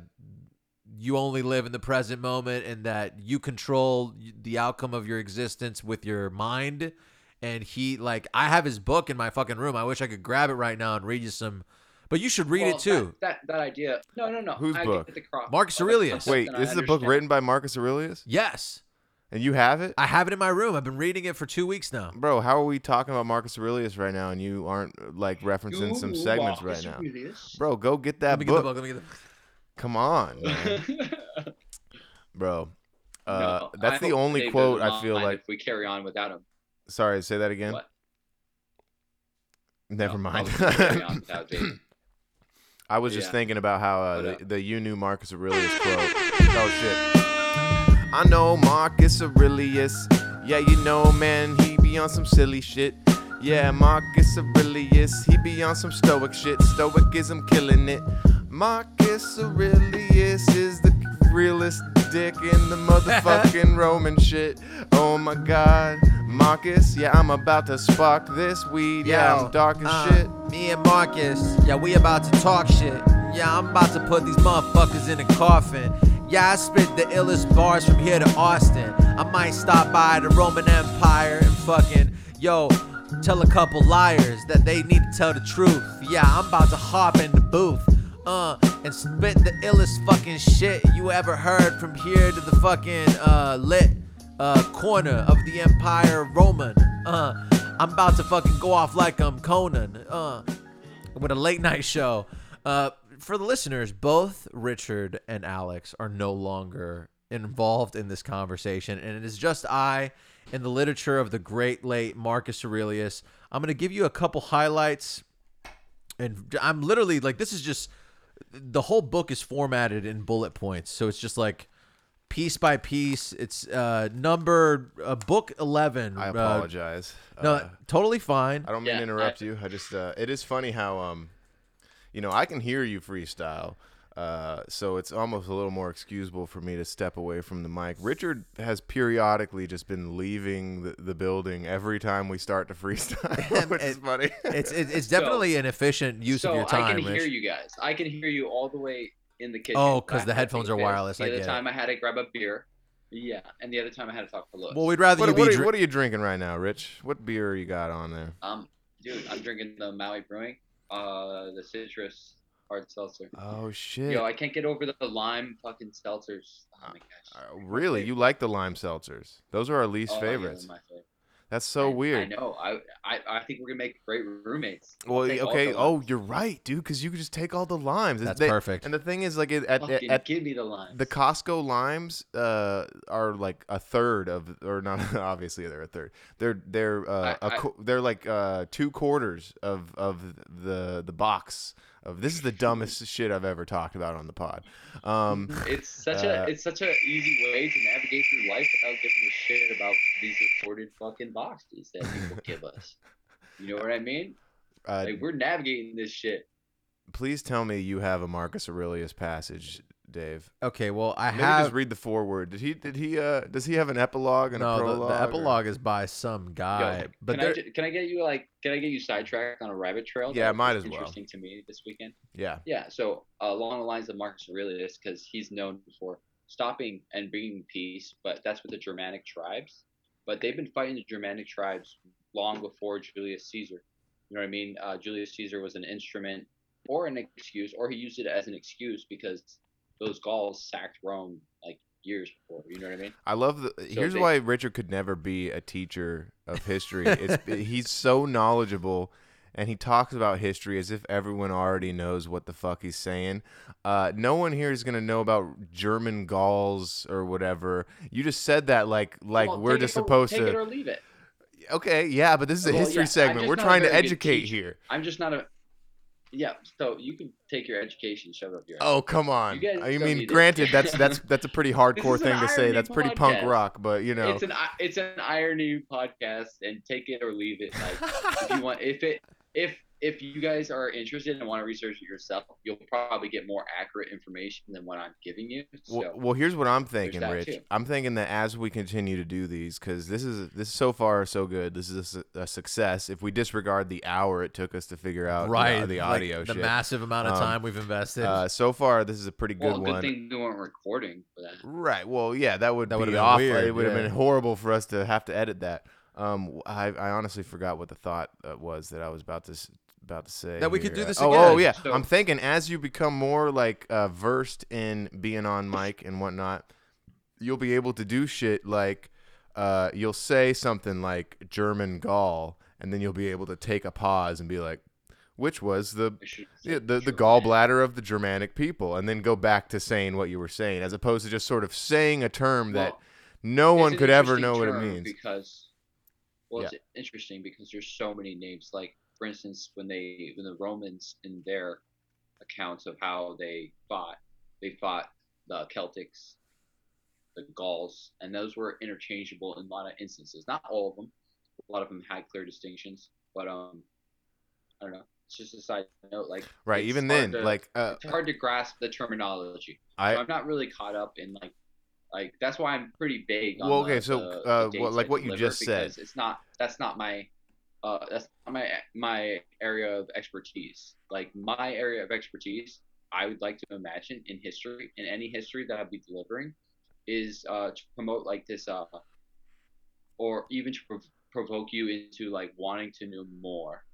you only live in the present moment and that you control the outcome of your existence with your mind. And he like I have his book in my fucking room. I wish I could grab it right now and read you some, but you should read
Well,
it too.
That, that that idea. No, no, no.
Whose
I get
book?
the cro-
Marcus
the
Aurelius.
concept
Wait,
and I
this is a book
understand.
written by Marcus Aurelius,
Yes.
and you have it,
I have it in my room. I've been reading it for two weeks now.
bro. How are we talking about Marcus Aurelius right now, and you aren't like referencing some
Ooh,
segments right
Marcus
now,
Aurelius.
bro? Go get
Let
that
me get
book.
the book. Let me get the
Come on, man. bro. Uh,
No, I
that's the
hope
only
Dave
quote
doesn't
I feel
mind
like.
If we carry on without him,
Sorry, say that again.
What?
Never
No,
mind.
I'll carry on without Dave.
I was just
Yeah.
thinking about how uh,
What
the,
up?
the you knew Marcus Aurelius quote. Oh shit. I know Marcus Aurelius. Yeah, you know, man, he be on some silly shit. Yeah, Marcus Aurelius, he be on some stoic shit. Stoicism killing it. Marcus Aurelius is the realest dick in the motherfucking Roman shit. Oh my god. Marcus, yeah, I'm about to spark this weed. Yeah,
Yo,
I'm dark as
uh,
shit.
Me and Marcus, yeah, we about to talk shit. Yeah, I'm about to put these motherfuckers in a coffin. Yeah, I spit the illest bars from here to Austin. I might stop by the Roman Empire and fucking, yo, tell a couple liars that they need to tell the truth. Yeah, I'm about to hop in the booth. Uh, and spit the illest fucking shit you ever heard from here to the fucking uh, lit uh, corner of the Empire Roman. Uh, I'm about to fucking go off like I'm Conan uh, with a late night show. Uh, for the listeners, both Richard and Alex are no longer involved in this conversation, and it is just I and the literature of the great late Marcus Aurelius. I'm going to give you a couple highlights, and I'm literally like, this is just the whole book is formatted in bullet points, so it's just like piece by piece. It's uh number uh, book eleven.
I
uh,
apologize.
no,
Uh,
totally fine.
I don't mean
Yeah,
to interrupt you. I just uh, it is funny how um, you know, I can hear you freestyle. Uh, so it's almost a little more excusable for me to step away from the mic. Richard has periodically just been leaving the, the building every time we start to freestyle, which is
It-
funny.
It's it, it's definitely an efficient use
so
of your time.
I can
Rich.
hear you guys. I can hear you all the way in the kitchen.
Oh, 'cause the
Last
headphones
time
are
I
wireless,
The
I
other
get it.
time I had to grab a beer. Yeah, and the other time I had to talk to Lois.
Well, we'd rather you
What,
be.
what, are,
dri-
what are you drinking right now, Rich? What beer you got on there?
um, dude, I'm drinking the Maui Brewing, uh, the citrus hard seltzer.
Oh shit!
Yo, I can't get over the lime fucking seltzers. Oh my
Uh,
gosh.
really? You like the lime seltzers? Those are our least
Oh, yeah, they're
favorites.
my favorite.
That's so
I-
weird.
I know. I, I I think we're gonna make great roommates. I'll
Well,
take all
okay.
the
Oh,
limes.
you're right, dude. Because you could just take all the limes.
That's
They-
perfect.
And the thing is, like, it, at, at,
Fucking
at
give me the lime.
the Costco limes uh, are like a third of, or not. Obviously, they're a third. They're they're uh,
I-
a
I-
qu- they're like uh, two quarters of of the the box of. This is the dumbest shit I've ever talked about on the pod. Um,
It's such
Uh,
a it's such a easy way to navigate through life without giving a shit about these assorted fucking boxes that people give us. You know what I mean?
uh,
Like we're navigating this shit.
please tell me you have a Marcus Aurelius passage, Dave.
okay, well, I
Maybe
have.
just read the foreword. Did he? Did he? Uh, does he have an epilogue and
no,
a
the-
prologue?
the,
or-
epilogue is by some guy, but
can I
there,
ju- can I get you like can I get you sidetracked on a rabbit trail?
Yeah,
that
might
was
as well.
Interesting to me this weekend.
Yeah.
Yeah, so uh, along the lines of Marcus Aurelius, because he's known for stopping and bringing peace, but that's with the Germanic tribes. But they've been fighting the Germanic tribes long before Julius Caesar. You know what I mean? Uh, Julius Caesar was an instrument or an excuse, or he used it as an excuse because those Gauls sacked Rome like years before. You know what I mean?
I love the. here's
they-
why Richard could never be a teacher of history. It's he's so knowledgeable and he talks about history as if everyone already knows what the fuck he's saying. Uh, no one here is gonna know about German Gauls or whatever. You just said that like like
Well,
we're
take
just
it or-
supposed
take
to.
it or leave it.
okay, yeah, but this is a
Well,
history
yeah, I'm
segment.
just
We're
not a
trying to
very good
educate
teacher.
here.
I'm just not a. Yeah, so you can take your education, shove it up your. ass.
Oh come on!
guys
I
don't
mean,
need it.
granted, that's that's that's a pretty hardcore
is an
thing to say.
irony
That's pretty punk
podcast.
rock, but you know,
It's an i- it's an irony podcast, and take it or leave it. Like if you want, if it if if you guys are interested and want to research it yourself, you'll probably get more accurate information than what I'm giving you. So
Well, well, here's what I'm thinking,
that
Rich.
too.
I'm thinking that as we continue to do these, because this is this is so far so good. This is a, su- a success. If we disregard the hour it took us to figure out the-
right,
Oh, the,
like,
audio
the
shit.
massive amount of
Um,
time we've invested.
uh, so far, this is a pretty good
well, good
one.
thing we weren't recording for that.
Right. Well, yeah, that would
That
be
would've been
awful.
weird,
It would have
yeah.
been horrible for us to have to edit that. Um, I, I honestly forgot what the thought uh, was that I was about to s- about to say.
That we could
here.
do this
oh, Oh
again.
yeah,
So-
I'm thinking as you become more like uh, versed in being on mic and whatnot, you'll be able to do shit like uh, you'll say something like German Gaul, and then you'll be able to take a pause and be like, which was the
I should-
yeah, the, the
should-
gallbladder of the Germanic people, and then go back to saying what you were saying, as opposed to just sort of saying a term that
Well,
no
it's
one
an
could ever
interesting
know what it
term
means.
because well it's interesting because there's so many names like for instance when they when the romans in their accounts of how they fought they fought the celtics the gauls and those were interchangeable in a lot of instances not all of them a lot of them had clear distinctions but um i don't know it's just a side note like
Right.
it's
Even
hard
then,
to-
like, uh,
it's hard to grasp the terminology
I,
so I'm not really caught up in like like that's why I'm pretty vague. On
Well,
the-
okay, so,
the- the
uh,
dates
what- like
I
what you
deliver
just said.
because It's not that's not my uh that's not my my area of expertise. Like my area of expertise, I would like to imagine in history in any history that I'd be delivering is uh to promote like this uh or even to prov- provoke you into like wanting to know more.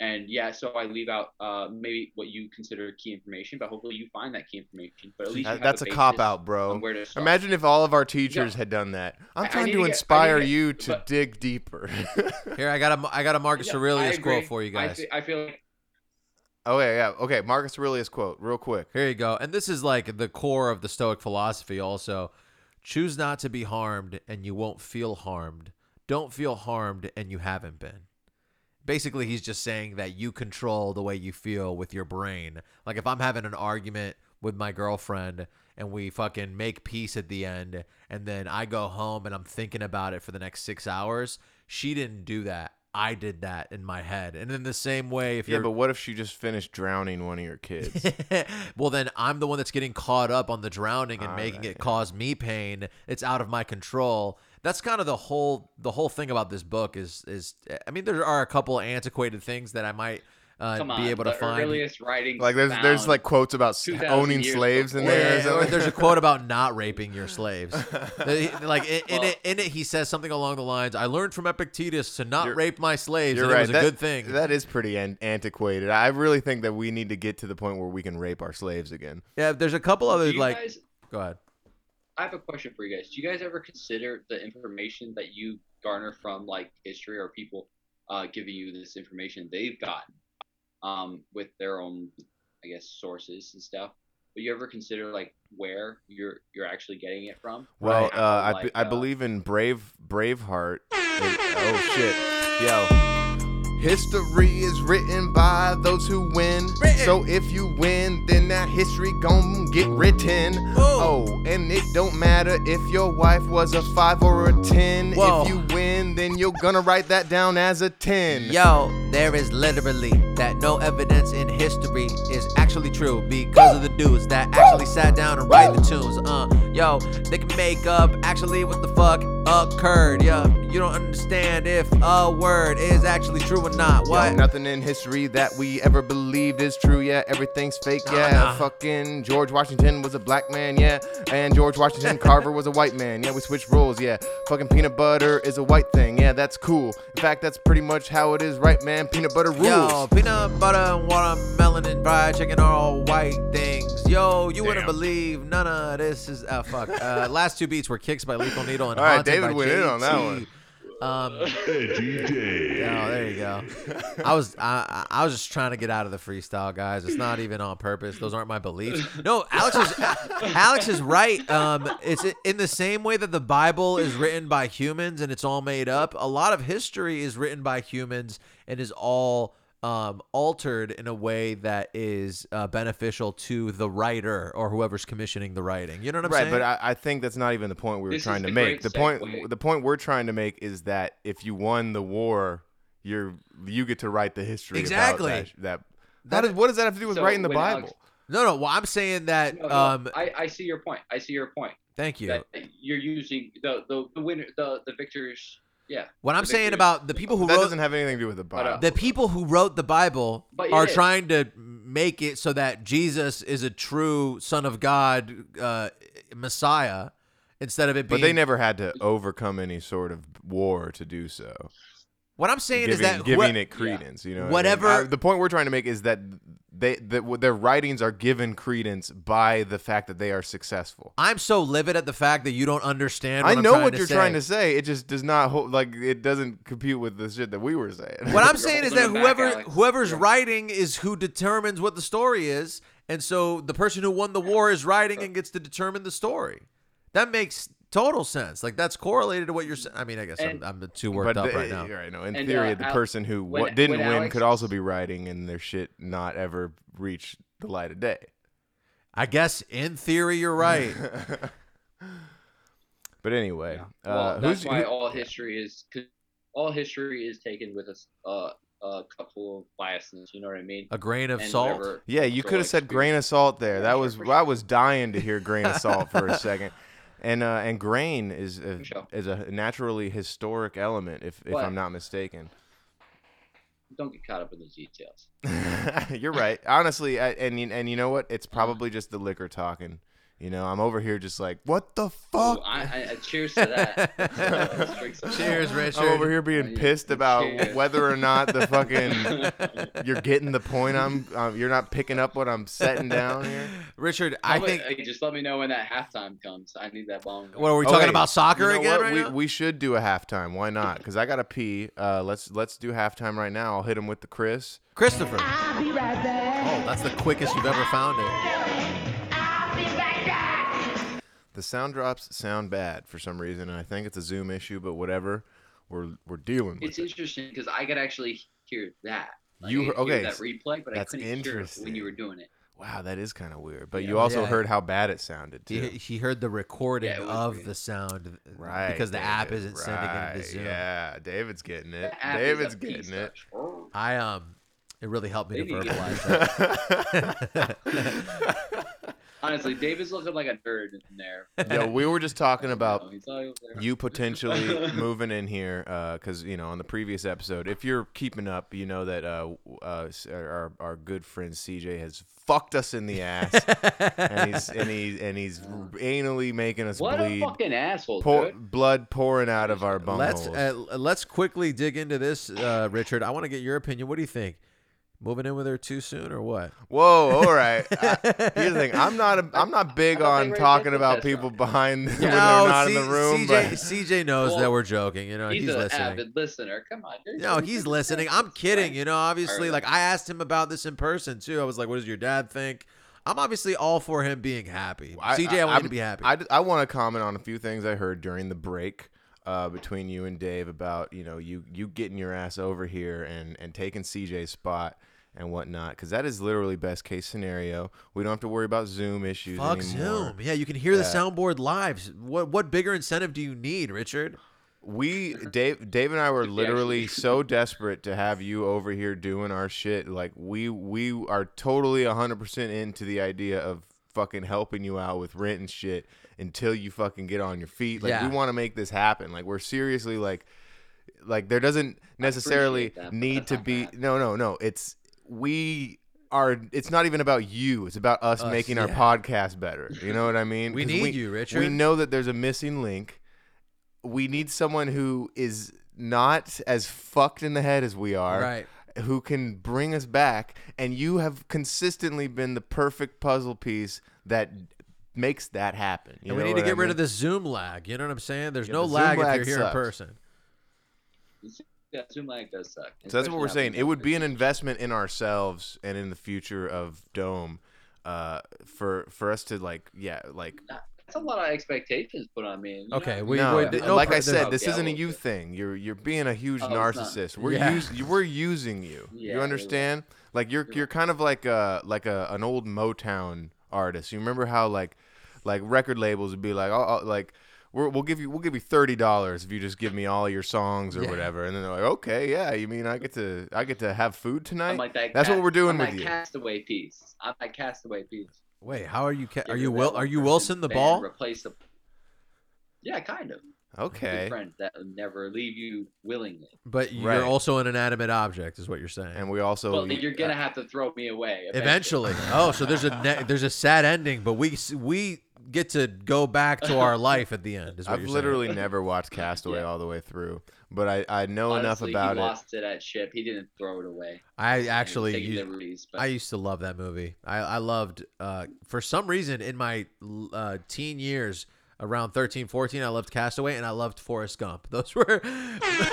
And yeah, so I leave out uh, maybe what you consider key information, but hopefully you find that key information. But at least you
that-
have
that's a
basis
cop out,
on
bro.
where to start.
Imagine if all of our teachers had done that. I'm
I- I
trying
need
to
to get- I need
inspire
to get-
you to
but-
dig deeper.
Here, I got a I got a Marcus
Yeah,
Aurelius
I
quote
agree.
for you
I
guys.
fe- I feel like
okay, Oh, yeah, okay. Marcus Aurelius quote, real quick.
Here you go. And this is like the core of the Stoic philosophy also. Choose not to be harmed and you won't feel harmed. Don't feel harmed and you haven't been. Basically, he's just saying that you control the way you feel with your brain. Like if I'm having an argument with my girlfriend and we fucking make peace at the end and then I go home and I'm thinking about it for the next 6 hours, she didn't do that. I did that in my head. And in the same way if
Yeah,
you're
but what if she just finished drowning one of your kids?
well, then I'm the one that's getting caught up on the drowning and
All
making
right.
it cause me pain. It's out of my control. That's kind of the whole the whole thing about this book is is I mean there are a couple antiquated things that I might uh,
come on,
be able to
the
find.
earliest writing.
like, there's there's
found-
like quotes about s-
2,000
owning
years
slaves in
Yeah,
before.
there. or
yeah, or
something.
there's a quote about not raping your slaves. like in, in
Well-
it, in it, he says something along the lines, "I learned from Epictetus to not
You're-
rape my slaves,
You're
and
right.
it was a
That-
good thing."
That is pretty an- antiquated. I really think that we need to get to the point where we can rape our slaves again.
yeah, there's a couple
Do
other
you
like.
guys-
go ahead.
I have a question for you guys. Do you guys ever consider the information that you garner from like history or people uh, giving you this information they've gotten um, with their own, I guess, sources and stuff? But you ever consider like where you're you're actually getting it from?
Well,
Like,
uh,
how,
I, be-
like,
I
uh,
believe in Brave Braveheart. It- oh shit, yo. History is written by those who win. So if you win, then that history gon' get written. Oh, and it don't matter if your wife was a five or a ten.
Whoa.
If you win, then you're gonna write that down as a ten.
Yo, there is literally that no evidence in history is actually true because of the dudes that actually sat down and write the tunes. Uh, yo, they can make up actually what the fuck occurred. Yeah, you don't understand if a word is actually true or not.
Yo,
What?
nothing in history that we ever believed is true. Yeah, everything's fake. Yeah,
nah.
fucking George Washington was a black man. Yeah, and George Washington Carver was a white man. Yeah, we switched roles. Yeah, fucking peanut butter is a white thing. Yeah, that's cool. In fact, that's pretty much how it is, right, man? Peanut butter rules.
Yo, peanut butter and watermelon and fried chicken are all white things. Yo, you wouldn't
Damn.
believe none of this is. Oh, fuck. Uh, last two uh, beats were Kicks by Lethal Needle and
All right,
Haunted
David
by
went in on that
JT.
one.
Um,
DJ.
oh, there you go. I was I I I was just trying to get out of the freestyle, guys. It's not even on purpose. Those aren't my beliefs. No, Alex is Alex is right. Um, it's in the same way that the Bible is written by humans and it's all made up. A lot of history is written by humans and is all um, altered in a way that is uh, beneficial to the writer or whoever's commissioning the writing. You know what I'm
right,
saying?
but I, I think that's not even the point we were
This is
trying to
the
make.
great
The point
segue.
the point we're trying to make is that if you won the war, you're you get to write the history. about
Exactly.
that, that, that is what does that have to do with
So
writing the
when
Bible?
Alex-
no, no. Well, I'm saying that.
No, no,
um,
I, I see your point. I see your point.
thank you.
That you're using the the, the winner the the victors. Yeah,
What I'm
the
saying
victors-
about the people who
that
wrote
doesn't have anything to do with the
But,
Bible.
uh,
the people who wrote the Bible
But it
are
is.
trying to make it so that Jesus is a true Son of God, uh, Messiah, instead of it being.
but they never had to overcome any sort of war to do so.
What I'm saying
giving,
is that
giving
whoe-
it credence. You know, what I mean?
Whatever-
I- the point we're trying to make is that they that their writings are given credence by the fact that they are successful.
I'm so livid at the fact that you don't understand. What
I know
am
what you're trying to say. It just does not hold. Like it doesn't compute with the shit that we were saying.
What I'm
You're
saying is that
holding them back,
whoever
Alex.
whoever's
You're-
writing is who determines what the story is, and so the person who won the war is writing and gets to determine the story. That makes total sense. Like that's correlated to what you're saying. I mean, I guess
And-
I'm, I'm too worked up
the-
right now.
you're Right, no, in
And,
theory,
uh,
the
Al-
person who
when-
wa- didn't
when
win
Alex-
could also be writing, and their shit not ever reach the light of day.
I guess in theory you're right.
But anyway,
Well,
uh,
that's
who's
why
who-
all history is 'cause all history is taken with a s- uh, a couple of biases. You know what I mean?
A grain of
And
salt.
whatever
Yeah, you
cultural
could have said grain
experience-
of salt there.
Yeah,
That
sure,
was
for sure.
I was dying to hear grain of salt for a second. And uh, and grain is a,
Sure.
is a naturally historic element, if, if
But-
I'm not mistaken.
Don't get caught up in the details.
You're right. Honestly, I, and you- and you know what? It's probably just the liquor talking. You know, I'm over here just like, what the fuck?
Ooh, I, I, I- cheers to that. Let's drink some
Cheers,
more.
Richard.
I'm over here being
uh, Yeah,
pissed about
cheers.
whether or not the fucking you're getting the point. I'm um, you're not picking up what I'm setting down here.
Richard,
How
I
about-
think.
hey, just let me know when that halftime comes. I need that long.
What are we
Oh,
talking
hey,
about? Soccer
you know
again
what?
right
we,
now?
we should do a halftime. Why not? Because I gotta pee. Uh, let's let's do halftime right now. I'll hit him with the Chris.
Christopher.
I'll be right back.
Oh, that's the quickest you've ever found it.
I'll be right back.
The sound drops sound bad for some reason, and I think it's a Zoom issue. But whatever, we're we're dealing with.
It's interesting because I could actually hear that. Like,
You
I
heard-
could hear
okay,
that replay, but I
that's
couldn't hear it when you were
interesting.
doing it.
Wow, that is kind of weird. But
Yeah.
you also
Yeah.
heard how bad it sounded
He,
too.
he heard the recording
Yeah, it was
of
weird.
the sound
Right.
because the app
David,
isn't sending it
right,
to Zoom.
Yeah, David's getting it.
The app is a
David's
beast,
getting it.
though.
I um, it really helped me to
They need to get-
verbalize that.
Honestly, David's looking like a nerd in there.
Yo, we were just talking about
He's all over there.
you potentially moving in here because you know on the previous episode if you're keeping up you know that uh, uh, s- our, our good friend cj has fucked us in the ass and he's and, he, and he's anally making us
What a
bleed
fucking asshole,
Pour,
dude.
blood pouring out of our bum
Let's
holes.
uh, let's quickly dig into this, uh, Richard. I want to get your opinion. What do you think? Moving in with her too soon or what?
whoa all right
Uh,
I, here's the thing i'm not a, i'm not big
I don't
on
think Ray
talking
Vincent
about
does that.
people behind when they're
No,
not
C-
in the room
CJ,
but
CJ knows that
Well,
we're joking. You know,
He's,
he's,
an
listening.
avid listener. Come on. dude.
No, he's listening. I'm kidding. You know, obviously,
Alright.
like I asked him about this in person too. I was like, "What does your dad think?" I'm obviously all for him being happy. CJ, I, want you
I'm-
to be happy.
I, want to comment on a few things I heard during the break uh, between you and Dave about you know you you getting your ass over here and and taking CJ's spot and whatnot because that is literally best case scenario. We don't have to worry about Zoom issues
Fuck
anymore.
Zoom. Yeah, you can hear the
Yeah.
soundboard live. What what bigger incentive do you need, Richard?
We Dave Dave and I were
actually-
literally so desperate to have you over here doing our shit. Like we we are totally 100% into the idea of fucking helping you out with rent and shit until you fucking get on your feet. Like
Yeah.
we want to make this happen. Like we're seriously like like there doesn't necessarily
that, but
need
that's
to
not
be
bad.
no no no it's we are it's not even about you it's about us,
Us,
making our
yeah.
podcast better you know what i mean
We
'Cause
need you,
we
Richard.
know that there's a missing link we need someone who is not as fucked in the head as we are
Right.
who can bring us back and you have consistently been the perfect puzzle piece that makes that happen you
And we
know
need to
what
get
I
rid
mean?
of this Zoom lag. You know what I'm saying? There's
Yeah,
no
the Zoom
lag if
lag
you're here in
sucks.
person.
Yeah, Zoom lag does suck.
So that's what
especially
we're
now
saying.
being
It would be an
older.
investment in ourselves and in the future of Dome, uh, for for us to like, yeah, like
That's a lot of expectations put on me. and, you know,
Okay, we-
no,
we-
th-
no
like
pre-
I
there's-
said, this
Yeah,
isn't a
well,
you
yeah.
thing. You're you're being a huge
Oh, it's not.
narcissist. We're
Yeah.
us- you- we're using you.
Yeah,
you
it
understand? Like you're
You're
you're kind of like a like a an old Motown artist. You remember how like like record labels would be like, oh, oh, like we're, we'll give you we'll give you thirty dollars if you just give me all your songs or
Yeah.
whatever. And then they're like, okay, yeah, you mean I get to I get to have food tonight?
I'm like that
That's what
cat-
we're doing
I'm
with
that
you.
Castaway piece. I'm that castaway piece.
Wait, how are you? Ca-
Get
are
rid
you
of that
Will?
one
Are you
person,
Wilson the
ban,
ball?
Replace the. Yeah, kind of. A
okay.
good friend that will never leave you willingly.
But
you-
you,
You're
Right.
also an inanimate object, is what you're saying.
And we also uh,
well, then you're gonna have to throw me away
Eventually. Oh, so there's a ne- there's a sad ending, but we s- we get to go back to our life at the end. Is what
I've
you're
literally never watched Castaway
Yeah.
all the way through, but I, I know
Honestly,
enough about
he
it.
lost it at ship. He didn't throw it away.
Saying. I
He was
actually
taking
used,
liberties, but
I used to love that movie. I, I loved, uh, for some reason, in my uh, teen years, around 13, 14, I loved Castaway and I loved Forrest Gump. Those were.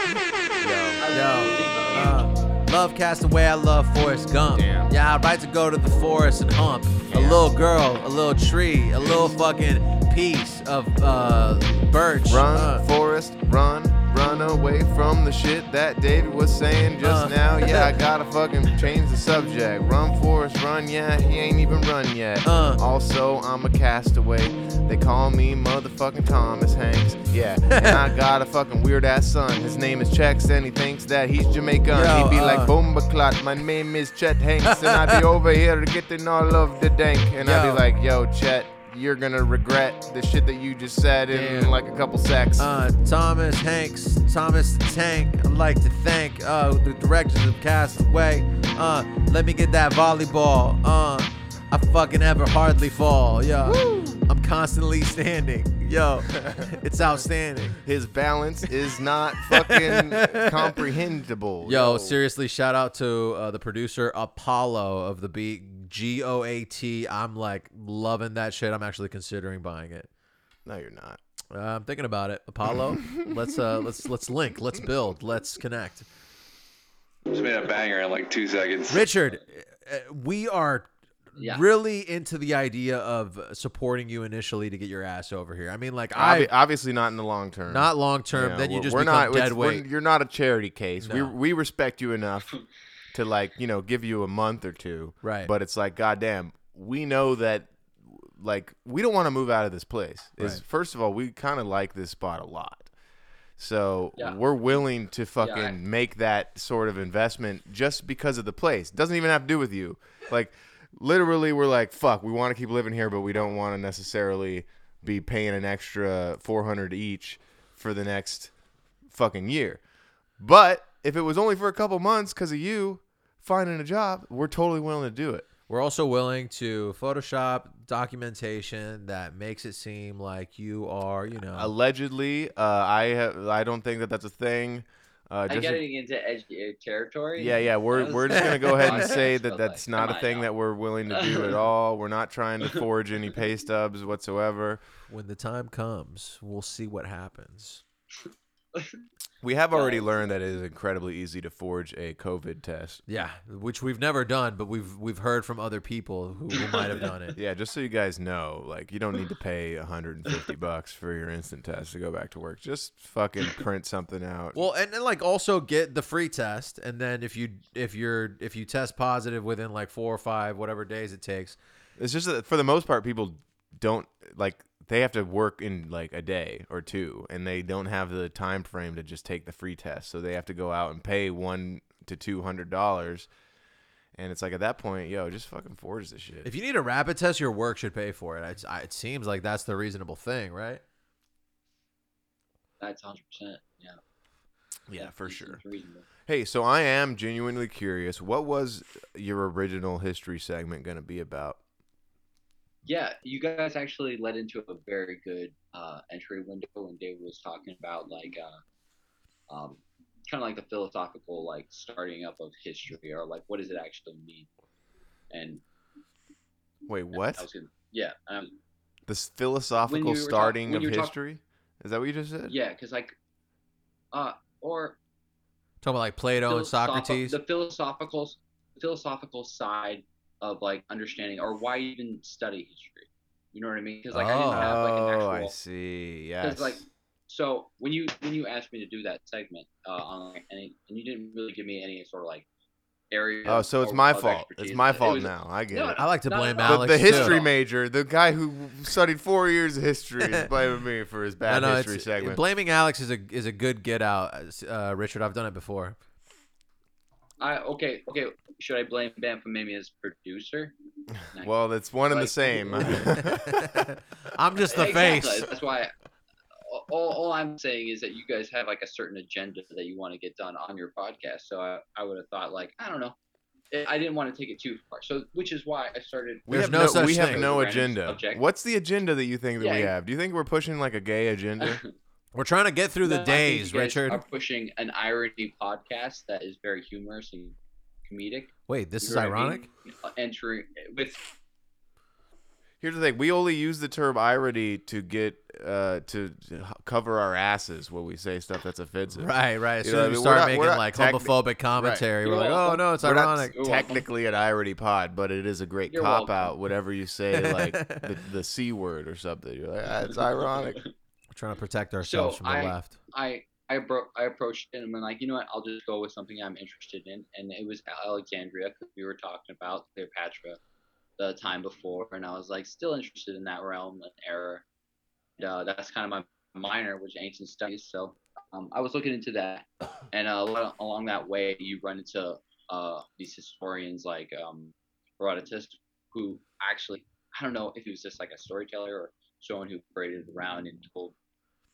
I was
Yo.
thinking,
Uh, love Castaway, I love Forrest Gump.
Damn.
Yeah, I like to go to the forest and hump. A little girl, a little tree, a little fucking piece of uh, birch.
Run,
Uh,
Forrest, run, run away from the shit that David was saying just
Uh.
now. Yeah, I gotta fucking change the subject. Run, Forrest, run, yeah, he ain't even run yet.
Uh.
Also, I'm a castaway. They call me motherfucking Thomas Hanks. Yeah, and I got a fucking weird ass son. His name is Chex, and he thinks that he's Jamaican.
Yo,
he be
uh.
like, Boomba Clot, my name is Chet Hanks, and I be over here getting all of the dank. And I
Yo.
be like, yo, Chet. You're gonna regret the shit that you just said in
Damn.
like a couple secs.
Uh, Thomas Hanks, Thomas the Tank. I'd like to thank uh, the directors of Castaway. Uh, let me get that volleyball. Uh, I fucking ever hardly fall. Yeah, I'm constantly standing. Yo, it's outstanding.
His balance is not fucking comprehensible.
Yo, seriously, shout out to uh, the producer Apollo of the beat G O A T. I'm like loving that shit. I'm actually considering buying it.
No, you're not.
Uh, I'm thinking about it. Apollo, let's uh, let's let's link, let's build, let's connect.
Just made a banger in like two seconds.
Richard, uh, we are
Yeah.
really into the idea of supporting you initially to get your ass over here. I mean, like
Obvi-
I
obviously not in the long term.
not long term.
Yeah,
then you
we're-
just
we're
become
not,
dead
it's- we're-
weight.
You're not a charity case.
No.
We we respect you enough to like you know give you a month or two.
Right.
But it's like goddamn, we know that like we don't want to move out of this place. Is
Right.
first of all we kind of like this spot a lot. So
Yeah.
we're willing to fucking
I-
make that sort of investment just because of the place. Doesn't even have to do with you. Like literally we're like fuck, we want to keep living here but we don't want to necessarily be paying an extra 400 each for the next fucking year. But if it was only for a couple months cuz of you finding a job, we're totally willing to do it.
We're also willing to Photoshop documentation that makes it seem like you are, you know,
Allegedly, uh, I have, I don't think that that's a thing. Uh,
I'm
just
getting into educated territory.
yeah, yeah, we're
That
we're
was-
just gonna go ahead and
Podcast,
say
but,
that that's
like,
not
come
a
on
thing
now.
that we're willing to do at all. We're not trying to forge any pay stubs whatsoever.
when the time comes, we'll see what happens.
We have already
Right.
learned that it is incredibly easy to forge a COVID test.
Yeah, which we've never done, but we've we've heard from other people who, who might have done it.
Yeah, just so you guys know, like you don't need to pay 150 bucks for your instant test to go back to work. Just fucking print something out.
Well, and then like also get the free test, and then if you if you're if you test positive within like four or five whatever days it takes,
It's just that for the most part, people don't like they have to work in like a day or two, and they don't have the time frame to just take the free test, so they have to go out and pay one to two hundred dollars. And it's like at that point, yo, just fucking forge this shit.
if you need a rapid test, your work should pay for it. It's, I, it seems like that's the reasonable thing, right?
That's 100. percent Yeah.
yeah, for
It's-
sure.
it's reasonable.
Hey, so I am genuinely curious. What was your original history segment going to be about?
Yeah, you guys actually led into a very good uh, entry window when David was talking about like, uh, um, kind of like the philosophical like starting up of history or like what does it actually mean? And
Wait,
I
what?
was gonna, yeah, um,
This
When you
philosophical
were talk-
starting
when
of
you were talk-
Uh, history? Is that what you just said?
yeah, because like, uh, or
Talking about like Plato and
philosophi-
Socrates.
The philosophical philosophical side of like understanding or why even study history. You know what I mean? Because like I didn't have like an
oh, I
actual.
see. Yes.
Because like, so when you when you asked me to do that segment uh, on like, any, and you didn't really give me any sort of like area.
oh, so it's
of-
my
of
fault. It's
expertise.
my
It
fault
was-
now. I get
No,
it.
I like to
Not at
blame
all.
But
Alex
the
too.
history major, the guy who studied four years of history, is blaming me for his
I
bad
know,
history
it's-
segment.
Blaming Alex is a is a good get out, uh, Richard. I've done it before.
I okay okay. Should I blame Bam for maybe his producer? Nice.
well, that's one and
Like-
the same.
I'm just the
Exactly.
face.
That's why. all- All, all I'm saying is that you guys have like a certain agenda that you want to get done on your podcast. So I, I would have thought like I don't know, I- I didn't want to take it too far. So which is why I started.
we
There's
have
no
no,
such
we have
thing.
no
Random
agenda.
subject.
What's the agenda that you think that
Yeah,
we
you-
have? Do you think we're pushing like a gay agenda?
We're trying to get through
No,
the
I think
days,
you guys
Richard.
Are pushing an irony podcast that is very humorous and comedic.
Wait, this
You
is
know what I
ironic.
mean? Uh, Entering with
Here's the thing: we only use the term irony to get uh, to cover our asses when we say stuff that's offensive.
Right, right. As
You
soon as we
know what I mean? We're
start
not-
making
we're not
like
techni-
homophobic commentary,
You're
we're like, oh
welcome.
no, it's
We're not
ironic.
You're welcome.
technically an irony pod, but it is a great
You're
cop
welcome.
out. Whatever you say, like the, the c word or something, you're like, ah, it's ironic.
We're trying to protect ourselves from the
I-
left.
I I bro- I approached it and I'm like, you know what? I'll just go with something I'm interested in, and it was Alexandria because we were talking about Cleopatra the time before, and I was like, still interested in that realm and era. And, uh, that's kind of my minor, which ancient studies. So um, I was looking into that, and uh, along- along that way, you run into uh, these historians like um, Herodotus, who actually I don't know if he was just like a storyteller or someone who paraded around and told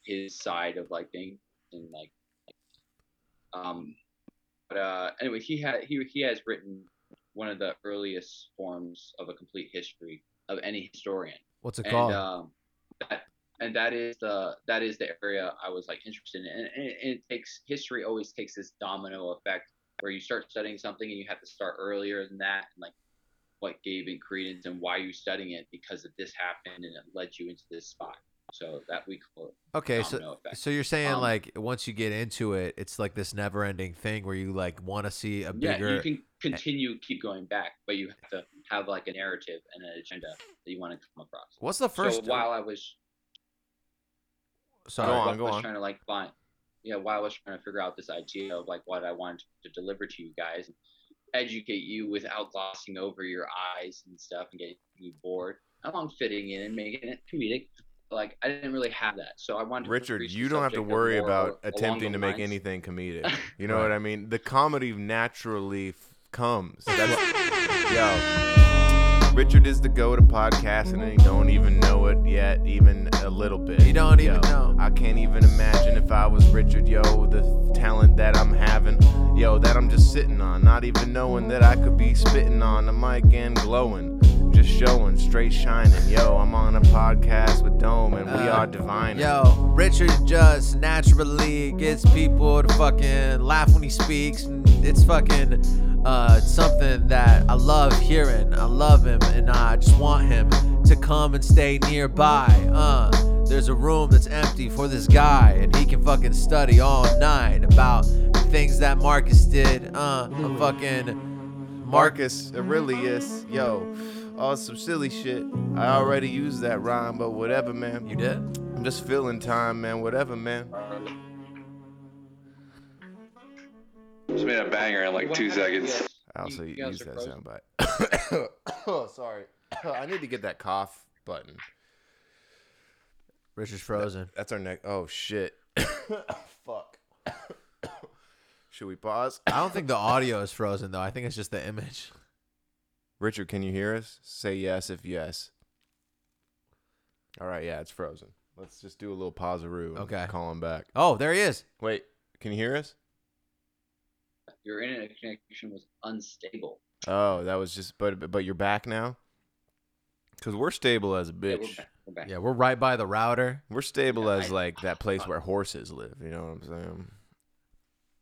his side of like things and like, like, um but uh anyway he had he he has written one of the earliest forms of a complete history of any historian
What's it
and
called?
um that and that is the that is the area i was like interested in and, and it- and it takes history always takes this domino effect where you start studying something and you have to start earlier than that and like what gave it credence and why you studying it because of this happened and it led you into this spot so that we call it
okay, so
domino effect.
so you're saying
Um,
like once you get into it, it's like this never-ending thing where you like want to see a
yeah,
bigger.
you can continue, keep going back, but you have to have like a narrative and an agenda that you want to come across.
What's the first?
so while I was,
sorry,
Go
while
on,
I
go
was
on.
trying to like find, yeah, while I was trying to figure out this idea of like what I wanted to deliver to you guys, educate you without glossing over your eyes and stuff and getting you bored. I'm fitting in and making it comedic. Like I didn't really have that, so I wanted. to
Richard,
reach the
you don't have to
subject of
worry
more
about
along
attempting
the
to make
lines-
anything comedic. You know what I mean? The comedy naturally f- comes. That's, yo, Richard is the go to podcast, and he don't even know it yet, even a little bit.
You don't
Yo,
even know.
I can't even imagine if I was Richard, yo, the talent that I'm having, yo, that I'm just sitting on, not even knowing that I could be spitting on the mic and glowing. Just showing, straight shining. Yo, I'm on a podcast with Dome and we
Uh,
are divine.
Yo, Richard just naturally gets people to fucking laugh when he speaks. and It's fucking uh, something that I love hearing. I love him, and I just want him to come and stay nearby. Uh, there's a room that's empty for this guy, and he can fucking study all night about things that Marcus did. Uh, I'm fucking
Marcus Aurelius, yo, all some silly shit. I already used that rhyme, but whatever, man.
You did?
I'm just filling time, man. Whatever, man.
Just made a banger in like
What
two
happened to you
seconds.
guys?
I also
You guys
used
are
that
frozen.
soundbite. oh, sorry. I need to get that cough button.
Richard's frozen.
That's our next. Oh shit. Fuck. Should we pause?
I don't think the audio is frozen though. I think it's just the image.
Richard, can you hear us? Say yes if yes. All right, yeah, it's frozen. Let's just do a little pause and
Okay.
Call him back.
Oh, there he is.
Wait, can you hear us?
Your internet connection was unstable.
Oh, that was just but but you're back now. Cause we're stable as a
Yeah,
bitch.
we're
we're,
back. We're back.
Yeah, we're right by the router.
stable
Yeah,
as
I-
like that place where horses live. You know what I'm saying?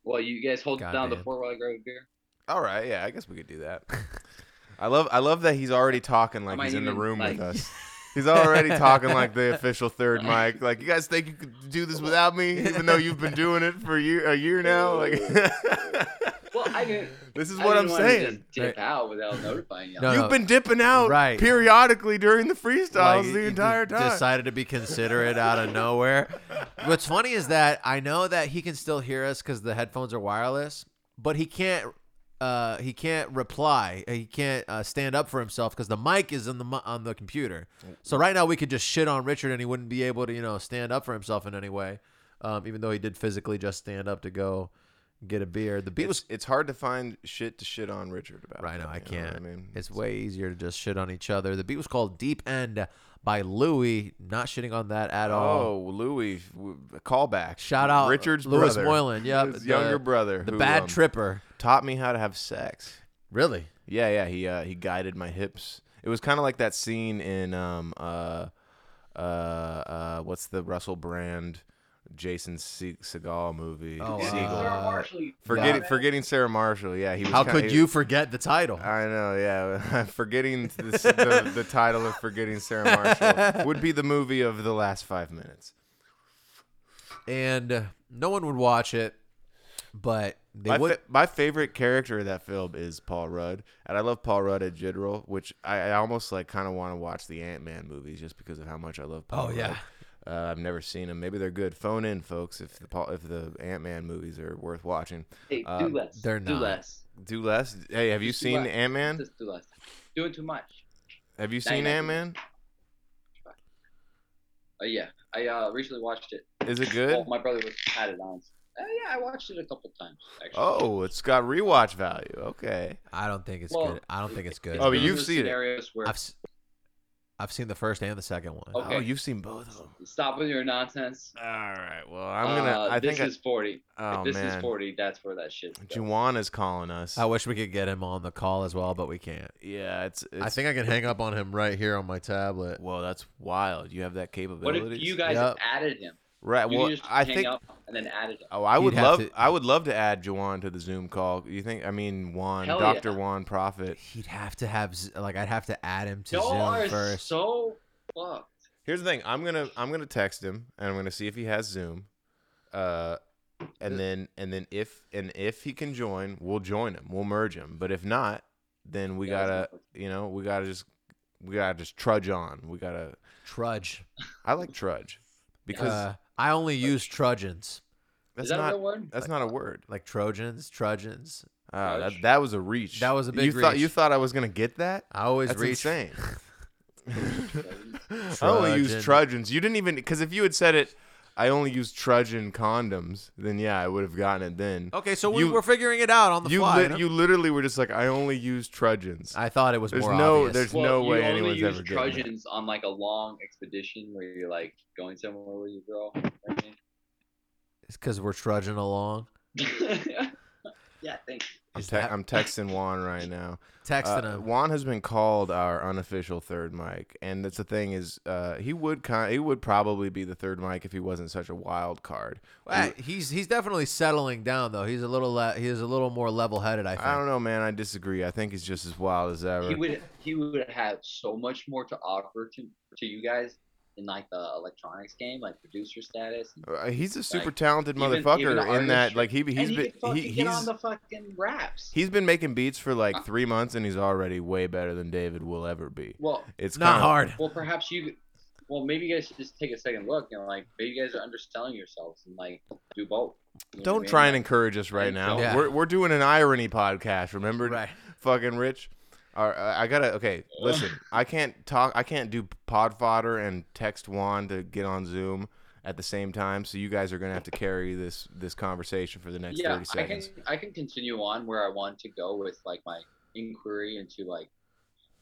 Well, you guys hold down the
Goddamn.
fort while I grab a beer.
All right, yeah, I guess we could do that. I love I love that he's already talking like
might
he's in the
even,
room
like-
with us. He's already talking like the official third mic. Like, you guys think you could do this without me, even though you've been doing it for a year, a year now? Like,
Well, I didn't.
this is
I
what
didn't
I'm
want to
saying.
Just dip out without notifying y'all.
No,
You've been dipping out
Right.
periodically during the
Like,
freestyles
you-
the
you
entire
just
time.
Decided to be considerate out of nowhere. What's funny is that I know that he can still hear us because the headphones are wireless, but he can't. Uh, he can't reply. He can't uh, stand up for himself because the mic is in the mi- on the computer. So right now we could just shit on Richard and he wouldn't be able to you know stand up for himself in any way. Um, even though he did physically just stand up to go get a beer, the beat was
It's, it's hard to find shit to shit on Richard about.
Right now,
though,
I
you know what
can't.
I mean,
It's way easier to just shit on each other. The beat was called Deep End by Louis. Not shitting on that at all.
Oh, Louis, w- a callback.
Shout out
Richard's
Louis
brother,
Moylan, yep,
his
the-
younger brother,
The
who,
Bad
um,
Tripper.
taught me how to have sex.
Really?
Yeah, yeah. He uh, he guided my hips. It was kind of like that scene in um uh uh uh what's the Russell Brand, Jason Se- Segal movie?
Oh,
Seagal.
uh,
forgetting forgetting Sarah Marshall. Yeah, he. Was
How
kinda-
could
he- Ah.
you forget the title?
I know, yeah. forgetting this, the, the title of Forgetting Sarah Marshall would be the movie of the last five minutes.
and uh, no one would watch it, but they
my,
would.
fa- my favorite character of that film is Paul Rudd, and I love Paul Rudd in general, which I, I almost like kind of want to watch the Ant Man movies just because of how much I love Paul.
Oh, yeah.
Rudd. Uh, I've never seen them. Maybe they're good. Phone in, folks, if the Paul, if the Ant Man movies are worth watching.
Hey, do
Um,
less.
they're
do
not.
less.
Do less. Hey, have you
Just do
seen
less.
Ant Man?
Just do less. Doing too much.
Have you seen
I-
Ant Man?
Uh, yeah, I uh, recently watched it.
Is it good?
Well, my brother was had it on. Uh, yeah, I watched it a couple times actually.
Oh, it's got rewatch value. Okay.
I don't think it's
Well,
good. I don't think it's good.
Oh, but
one of
you've
those
seen it.
scenarios Where
I've, s- I've seen the first and the second one.
Okay.
Oh, you've seen both of them.
stop with your nonsense.
All right. Well, I'm gonna.
Uh,
I
this
think. I-
is forty.
oh
if this
man,
is forty. That's where that shit.
Juwana's calling us.
I wish we could get him on the call as well, but we can't.
yeah, it's. it's
I think I can hang up on him right here on my tablet.
Whoa, that's wild. You have that
What
capability.
if you guys
Yep.
added him?
Right.
You
Well,
just
I
hang
think.
up and then added him.
Oh, I
You'd
would
have
love.
to-
I would love to add Juwan to the Zoom call. You think? I mean, Juan,
Hell
Doctor
yeah.
Juan Prophet.
He'd have to have Z- like I'd have to add him to
Y'all are
Zoom first.
so fucked.
Here's the thing. I'm gonna. I'm gonna text him, and I'm gonna see if he has Zoom. Uh, and then and then if and if he can join, we'll join him. We'll merge him. But if not, then we
Yeah, it's
gotta.
not working.
You know, we gotta just. We gotta just trudge on. We gotta.
Trudge.
I like trudge, because
Uh, I only use Trojans,
that's
is that
not.
a real word?
That's not a word.
like Trojans, Trojans.
Uh, that,
Ouch.
that was a reach.
That was a big
you Thought,
reach.
you thought I was gonna get that?
I always
That's
reach.
insane. I only use trudgeons. You didn't even because if you had said it, I only use trudgeon condoms. Then yeah, I would have gotten it then.
Okay, so we
You-
were figuring it out on the
you
fly.
lit- you literally were just like I only use trudgeons.
I thought it was
There's
more
no-
obvious.
there's- no
you
way
only
anyone's
use
ever getting it.
Trojans on like a long expedition where you're like going somewhere with your girl.
because we're trudging along,
yeah, thanks.
I'm,
is
te-
that-
I'm texting Juan right now.
texting
Uh,
him.
Juan has been called our unofficial third mic, and that's the thing is, uh, he would kind, he would probably be the third mic if he wasn't such a wild card.
Hey, he's he's definitely settling down though. He's a little le- he is a little more level headed. I think.
I don't know, man. I disagree. I think he's just as wild as ever.
He would he would have so much more to offer to to you guys in like the electronics game, like producer status. And,
Uh, he's a super
Like,
talented
even-
motherfucker
even the
in that
artistry.
like he he's
and he
been
could fucking
he,
get on
he's
the Uh. fucking raps.
he's been making beats for like 3 months and he's already way better than David will ever be.
well,
It's
Not
kinda-
hard.
well, perhaps you. Well, maybe you guys should just take a second look and like maybe you guys are underselling yourselves and like do both. You know what I
Don't
mean?
try and encourage us right
Like,
now.
Yeah.
We're we're doing an irony podcast, remember?
Right.
Fucking Rich. All right, I I gotta okay. Listen, I can't talk. I can't do pod fodder and text Juan to get on Zoom at the same time. So you guys are gonna have to carry this this conversation for the next
yeah,
thirty seconds.
I can I can continue on where I want to go with like my inquiry into like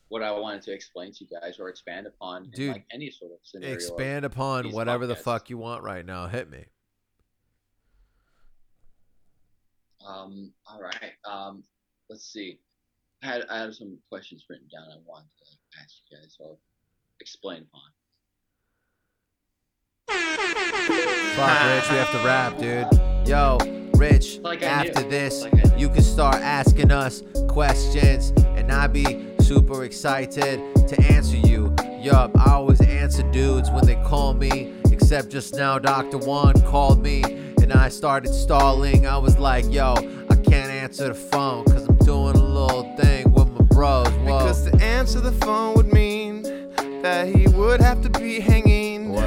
what I wanted to explain to you guys or expand upon in
Dude,
like any sort of scenario.
Expand upon
these
whatever the
podcasts.
fuck you want right now. Hit me.
Um all right. Um let's see. I had I have some questions written down I wanted to like, ask you guys so I'll explain upon.
Fuck, Rich, we have to wrap, dude. Yo, Rich,
Like I
after
knew.
this,
Like I knew.
you can start asking us questions, and I be super excited to answer you. Yup, I always answer dudes when they call me. Except just now, Dr. Juan called me and I started stalling. I was like, yo, I can't answer the phone because I'm doing a little thing with my bros. Whoa.
Because to answer the phone would mean that he would have to be hanging
What?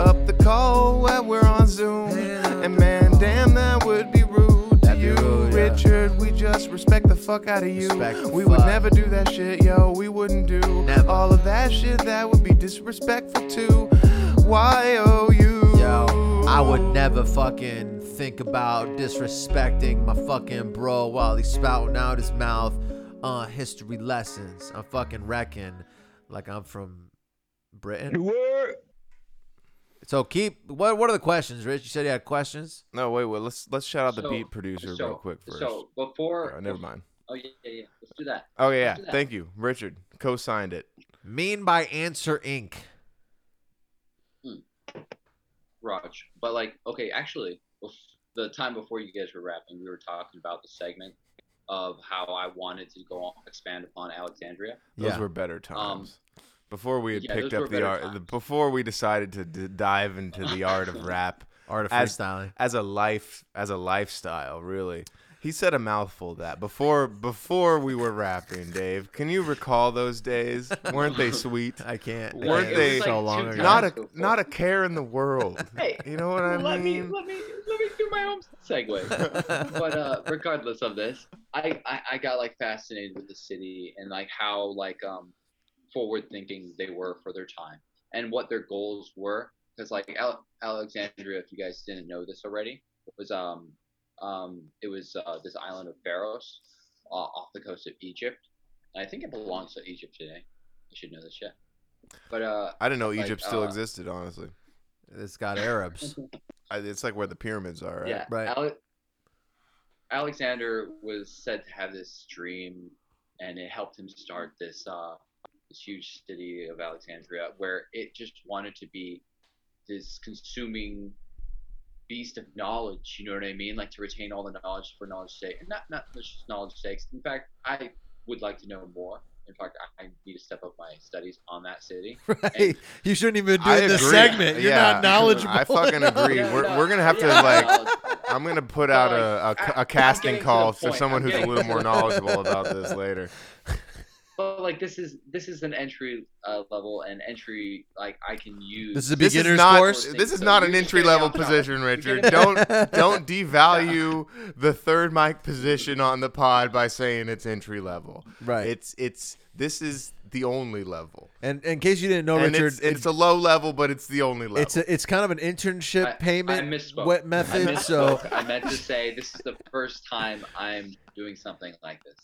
up the call while we're on Zoom.
Hanging
And
up the
man,
call.
damn, that would be rude to
That'd be
you,
rude, yeah.
Richard. We just respect the fuck out of you.
Respect the
we would
fuck.
never do that shit, yo. We wouldn't do
Never.
all of that shit. That would be disrespectful to Y O U.
Yo, I would never fucking think about disrespecting my fucking bro while he's spouting out his mouth uh history lessons. I'm fucking wrecking like I'm from Britain. So keep what what are the questions, Rich? You said you had questions?
No, wait, wait. Let's let's shout out the
So-
beat producer real quick first.
So before,
Oh, never mind.
Oh yeah, yeah, yeah. Let's do that.
Oh yeah,
Let's do that.
thank you, Richard. Co-signed it.
Mean by answer Inc.
Raj. But like, okay, actually, bef- the time before you guys were rapping, we were talking about the segment of how I wanted to go on, expand upon Alexandria.
Those
Yeah.
were better times. before we had
Um, yeah,
picked
those
up
were
the
better
art, the,
times.
before we decided to d- dive into the art of rap
Art of
As-
freestyling.
as a life, as a lifestyle, really. He said a mouthful of that before before we were rapping, Dave. Can you recall those days? Weren't they sweet?
I can't. I
Weren't
can't.
they-
so
It was
long
like two
ago?
Not a
Before.
not a care in the world.
Hey,
You know what I
let me
mean?
let me let me do my own segue. but uh, regardless of this, I, I I got like fascinated with the city and like how like um forward thinking they were for their time and what their goals were because like Al- Alexandria, if you guys didn't know this already, it was um um it was uh, this island of Pharos uh, off the coast of Egypt. I think it belongs to Egypt today. I should know this shit. But uh,
I didn't know
Like,
Egypt still
uh,
existed. Honestly,
It's got Arabs.
I, it's like where the pyramids are. Right?
yeah,
right.
Ale- Alexander was said to have this dream, and it helped him start this uh, this huge city of Alexandria, where it just wanted to be this consuming beast of knowledge. You know what I mean? Like to retain all the knowledge for knowledge's sake, and not not just knowledge sakes. In fact, I would like to know more. In fact, I I need to step up my studies on that city.
right. You shouldn't even be
I
doing this
agree.
segment. You're
Yeah.
not knowledgeable.
I fucking agree.
No,
We're,
no,
we're gonna have to
yeah,
like
knowledge.
I'm gonna put out
like,
a, a, ca- a
I- I'm
casting
getting to
call
the
for
point.
someone
I'm
who's a
getting
little
to
more
the
knowledgeable about this later.
but like this is this is an entry uh, level and entry like I can use.
This is a
This is
beginner's
not
course.
this is not an
You're
entry level
getting off
position,
You're
Richard. Don't
getting-
don't devalue the third mic position on the pod by saying it's entry level.
Right.
It's it's this is the only level.
and in case you didn't know,
and
Oh, Richard,
it's, it's a low level, but it's the only level.
It's a, it's kind of an internship
I- I
payment
misspoke.
wet
I
method. so
misspoke. I meant to say this is the first time I'm doing something like this.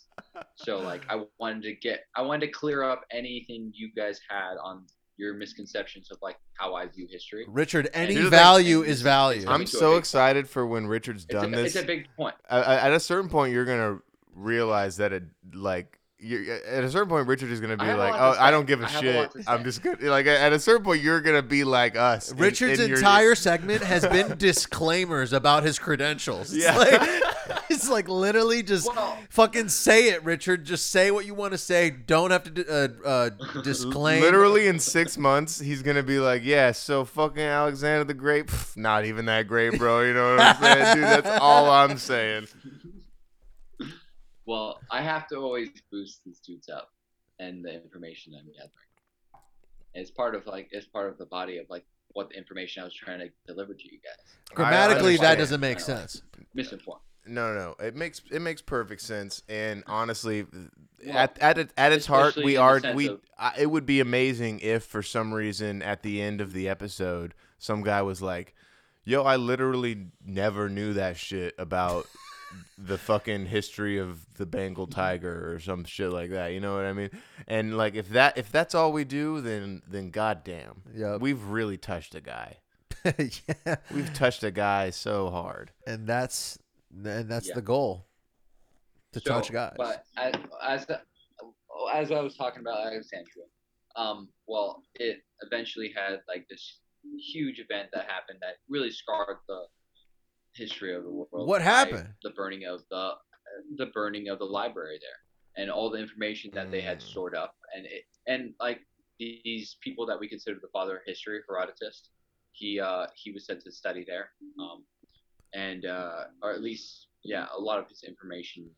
So like I wanted to get I wanted to clear up anything you guys had on your misconceptions of like how I view history.
Richard, any
Dude, like-
value is value.
I'm
coming to a
so
big-
excited for when Richard's
It's
done
a,
this.
it's a big point.
I- I- at a certain point you're gonna realize that it like you at a certain point Richard is gonna be
I have a
like
lot
oh
to
I
say.
don't give a
I have a
shit
lot to
I'm
say."
just gonna like at a certain point you're gonna be like us in-
Richard's
in your-
entire segment has been disclaimers about his credentials. It's
Yeah.
like, it's like literally just
Well-
fucking say it, Richard. Just say what you want to say. Don't have to d- uh, uh, disclaim.
literally in six months he's gonna be like yeah so fucking Alexander the Great pff, not even that great bro you know what I'm saying dude that's all I'm saying
Well, I have to always boost these dudes up and the information I'm gathering. It's part of like it's part of the body of like what the information I was trying to deliver to you guys.
Grammatically, that
understand.
doesn't make sense.
Misinformed.
no no no. it makes it makes perfect sense and honestly
Well,
at at, it, at its heart
especially
we
in the
are
sense
we
of-
I, it would be amazing if for some reason at the end of the episode some guy was like yo I literally never knew that shit about the fucking history of the Bengal tiger or some shit like that you know what I mean and like if that if that's all we do then then goddamn
Yep.
we've really touched a guy
yeah,
we've touched a guy so hard
and that's and that's
Yeah.
the goal to
So,
touch guys.
But as as, the- as I was talking about Alexandria, um, well, it eventually had like this huge event that happened that really scarred the history of the world.
What
by
happened?
The burning of the the burning of the library there, and all the information that they had stored up, and it and like these people that we consider the father of history, Herodotus, he uh, he was sent to study there, um, and uh, or at least yeah, a lot of his information,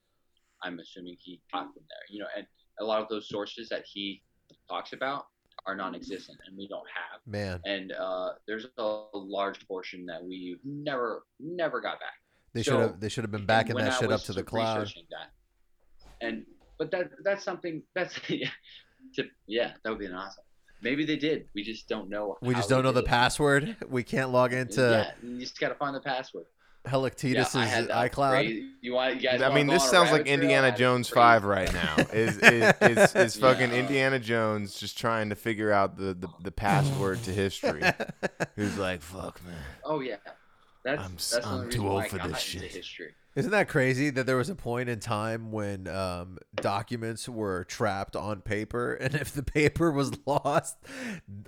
I'm assuming he got from there. You know, and a lot of those sources that he talks about are non-existent, and we don't have
Man,
and uh, there's a large portion that we never never got back.
they
So,
should have they should have been
And
backing
when
that
I
shit up
was
to the cloud.
researching That, and but that that's something that's yeah, to, yeah that would be an awesome. Maybe they did. We just don't know.
We
how
just
they
don't know the
did it.
password. We can't log into
yeah, you just gotta find the password. Yeah,
Helictetus's
I had that
iCloud.
crazy- you want you guys?
I
wanna
mean,
go
this
on a
sounds like
rabbit trail?
Indiana
That's
Jones
crazy.
Five right now. Is is is, is fucking
Yeah.
Indiana Jones just trying to figure out the, the, the password to history? Who's like, fuck man,
Oh yeah, that's
I'm s-
that's one of
I'm
the
too
reasons
old
why I
for
got
this
into
shit.
History.
Isn't that crazy that there was a point in time when um, documents were trapped on paper, and if the paper was lost,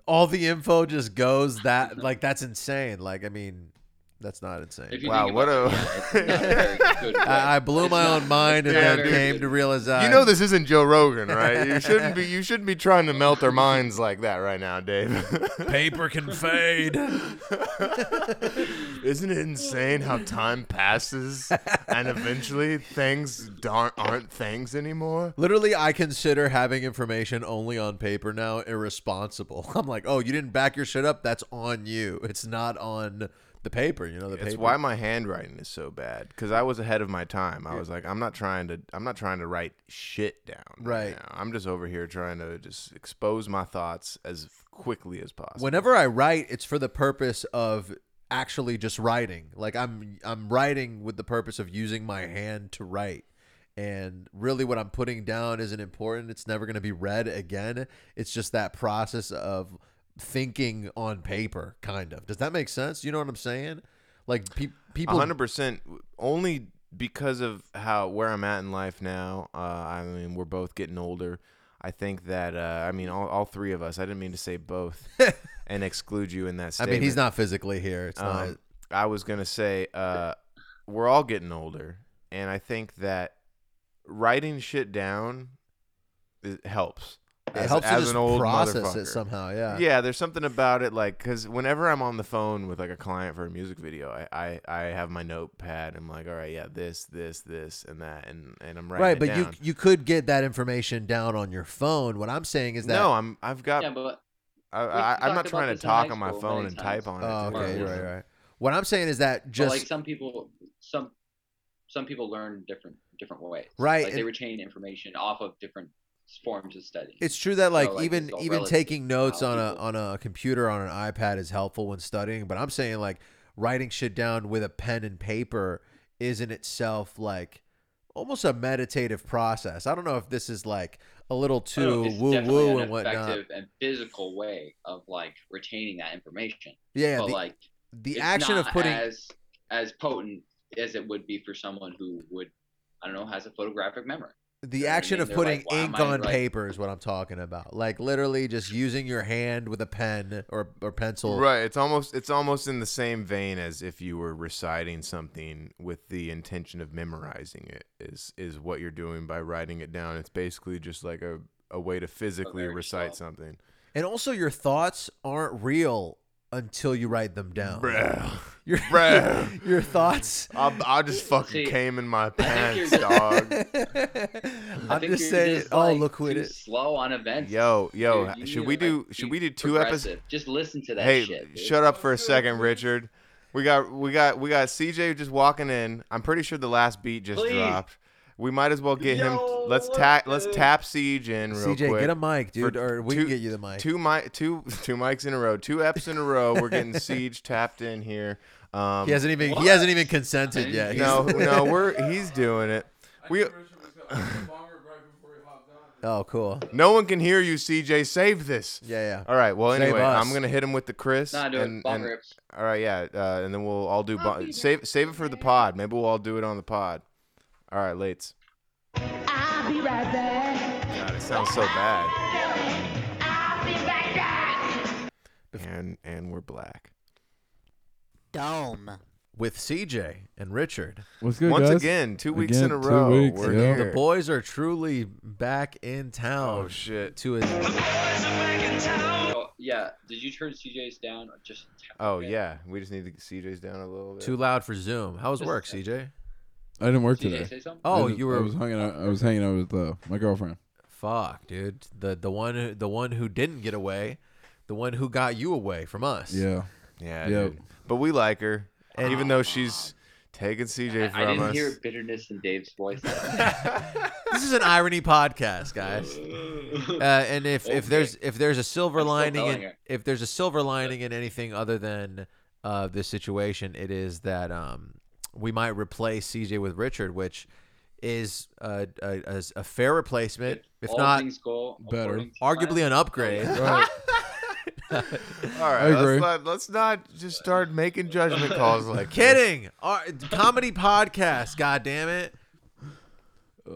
all the info just goes that like that's insane. Like I mean, that's not
If
insane.
you
Wow,
think
what
about
a-
it, yeah, it's not a very good
I, I
way.
blew
It's
my
not-
own mind and
it's not
then
very
came
good.
to realize I
Uh,
you know this isn't Joe Rogan, right? You shouldn't be you shouldn't be trying to melt our minds like that right now, Dave.
paper can fade.
Isn't it insane how time passes and eventually things aren't, aren't things anymore?
Literally, I consider having information only on paper now irresponsible. I'm like, oh, you didn't back your shit up. That's on you. It's not on the paper. You know, the
It's
paper.
why my handwriting is so bad because I was ahead of my time. I was like, I'm not trying to, I'm not trying to write shit down.
Right.
now. I'm just over here trying to just expose my thoughts as quickly as possible.
whenever I write, it's for the purpose of actually just writing. Like I'm I'm writing with the purpose of using my hand to write. And really what I'm putting down isn't important. It's never going to be read again. It's just that process of thinking on paper kind of. Does that make sense? You know what I'm saying? Like pe- people
hundred percent. Only because of how where I'm at in life now. Uh, I mean, we're both getting older. I think that uh, I mean all, all three of us. I didn't mean to say both and exclude you in that
I
statement.
mean, he's not physically here. It's
Um,
not
I was gonna say uh, we're all getting older, and I think that writing shit down it helps.
it helps to
as
just
an old
process
motherfucker.
it somehow, yeah.
Yeah, there's something about it, like, cause whenever I'm on the phone with like a client for a music video, I, I, I have my notepad. I'm like, all right, yeah, this, this, this, and that, and and I'm writing.
Right,
it
but you
down.
you could get that information down on your phone. What I'm saying is that
no, I'm I've got
Yeah, but
I, I, I'm not
talked about
trying to
this in high
talk on my
school
phone
many
and
times.
type on
Oh,
it.
Or-
okay,
Yeah.
right, right. What I'm saying is that
But,
just
like some people some some people learn different different ways
Right,
like they
and-
retain information off of different forms of study
it's true that like,
like, it's
even
all
even
relative
taking notes
how
on a
people-
on a computer on an iPad is helpful when studying, but I'm saying like writing shit down with a pen and paper is in itself like almost a meditative process. I don't know if this is like a little
I don't know,
too
it's
woo
definitely
woo
an
and whatnot.
effective and physical way of like retaining that information
Yeah,
but
the,
like
the
it's
action of
not
putting
as as potent as it would be for someone who would i don't know has a photographic memory
the
know what I
action
mean?
of
They're
putting
like, "Why am
ink
I
on
writing?"
paper is what I'm talking about. Like literally just using your hand with a pen or or pencil.
Right, it's almost it's almost in the same vein as if you were reciting something with the intention of memorizing it. Is is what you're doing by writing it down? It's basically just like a a way to physically
very
recite
slow.
something.
And also, your thoughts aren't real until you write them down.
Bruh.
Your,
Bruh.
your thoughts.
I, I just fucking
See,
came in my
you're
pants,
just-
dog.
I
I'm
think
just
you're
saying.
just,
oh,
like,
look who it
too
is.
slow on events
Yo, yo,
dude. You
should
need
we
to,
do
like,
should
be
we do two episodes?
progressive. just listen to that
Hey,
shut up.
shut up for a second, Richard. We got we got we got CJ just walking in. I'm pretty sure the last beat just
Please.
dropped. We might as well get him.
Yo,
Let's
let's
tap let's
do it.
tap Siege in real
CJ,
quick.
get a mic, dude,
For
or we
two-
can get you the mic.
Two mic two two mics in a row, two eps in a row. We're getting Siege tapped in here. Um,
he hasn't even
What?
he hasn't even consented yet.
no
He's-
no we're he's doing it. We
oh, cool.
no one can hear you, CJ. Save this.
Yeah, yeah.
All right. Well,
Save
anyway,
us.
I'm gonna hit him with the Chris.
Nah, do
and-
it. Bong
and-
rips.
All right, yeah, uh, and then we'll all do bon- save save it for the pod. Maybe we'll all do it on the pod. All right, lates.
I'll be right back.
God, it sounds so bad.
I'll be right back.
And and we're black.
Dome.
with CJ and Richard.
What's good,
Once
guys?
again, two weeks
Again,
in a
two
row.
weeks,
we're
yeah.
here.
The
Boys are truly back in town.
Oh shit.
To a,
Oh, yeah. Did you turn CJ's down or just? a tad
Oh
bit?
yeah, we just need to get CJ's down a little bit.
too loud for Zoom. How was work, CJ?
I didn't work
Did
today.
CJ say something?
Oh,
I just-
you
I
were
was hanging out. I was hanging out with uh, my girlfriend.
fuck, dude. The the one who- the one who didn't get away, the one who got you away from us.
Yeah.
Yeah,
Yep.
dude. But we like her, even though she's taking CJ from
I didn't
us.
hear bitterness in Dave's voice.
This is an irony podcast, guys. Uh, and if, if there's if there's a silver
I'm still
lining
telling
in,
her.
if there's a silver lining in anything other than uh, this situation, it is that um, we might replace CJ with Richard, which is a, a, a, a fair replacement, if
All
not
things go
better.
according to
arguably
plan,
an upgrade.
Right.
All right,
I
Let's,
agree.
not, let's not just start making judgment calls like this.
Kidding, Our, comedy podcast. God damn it.
Uh,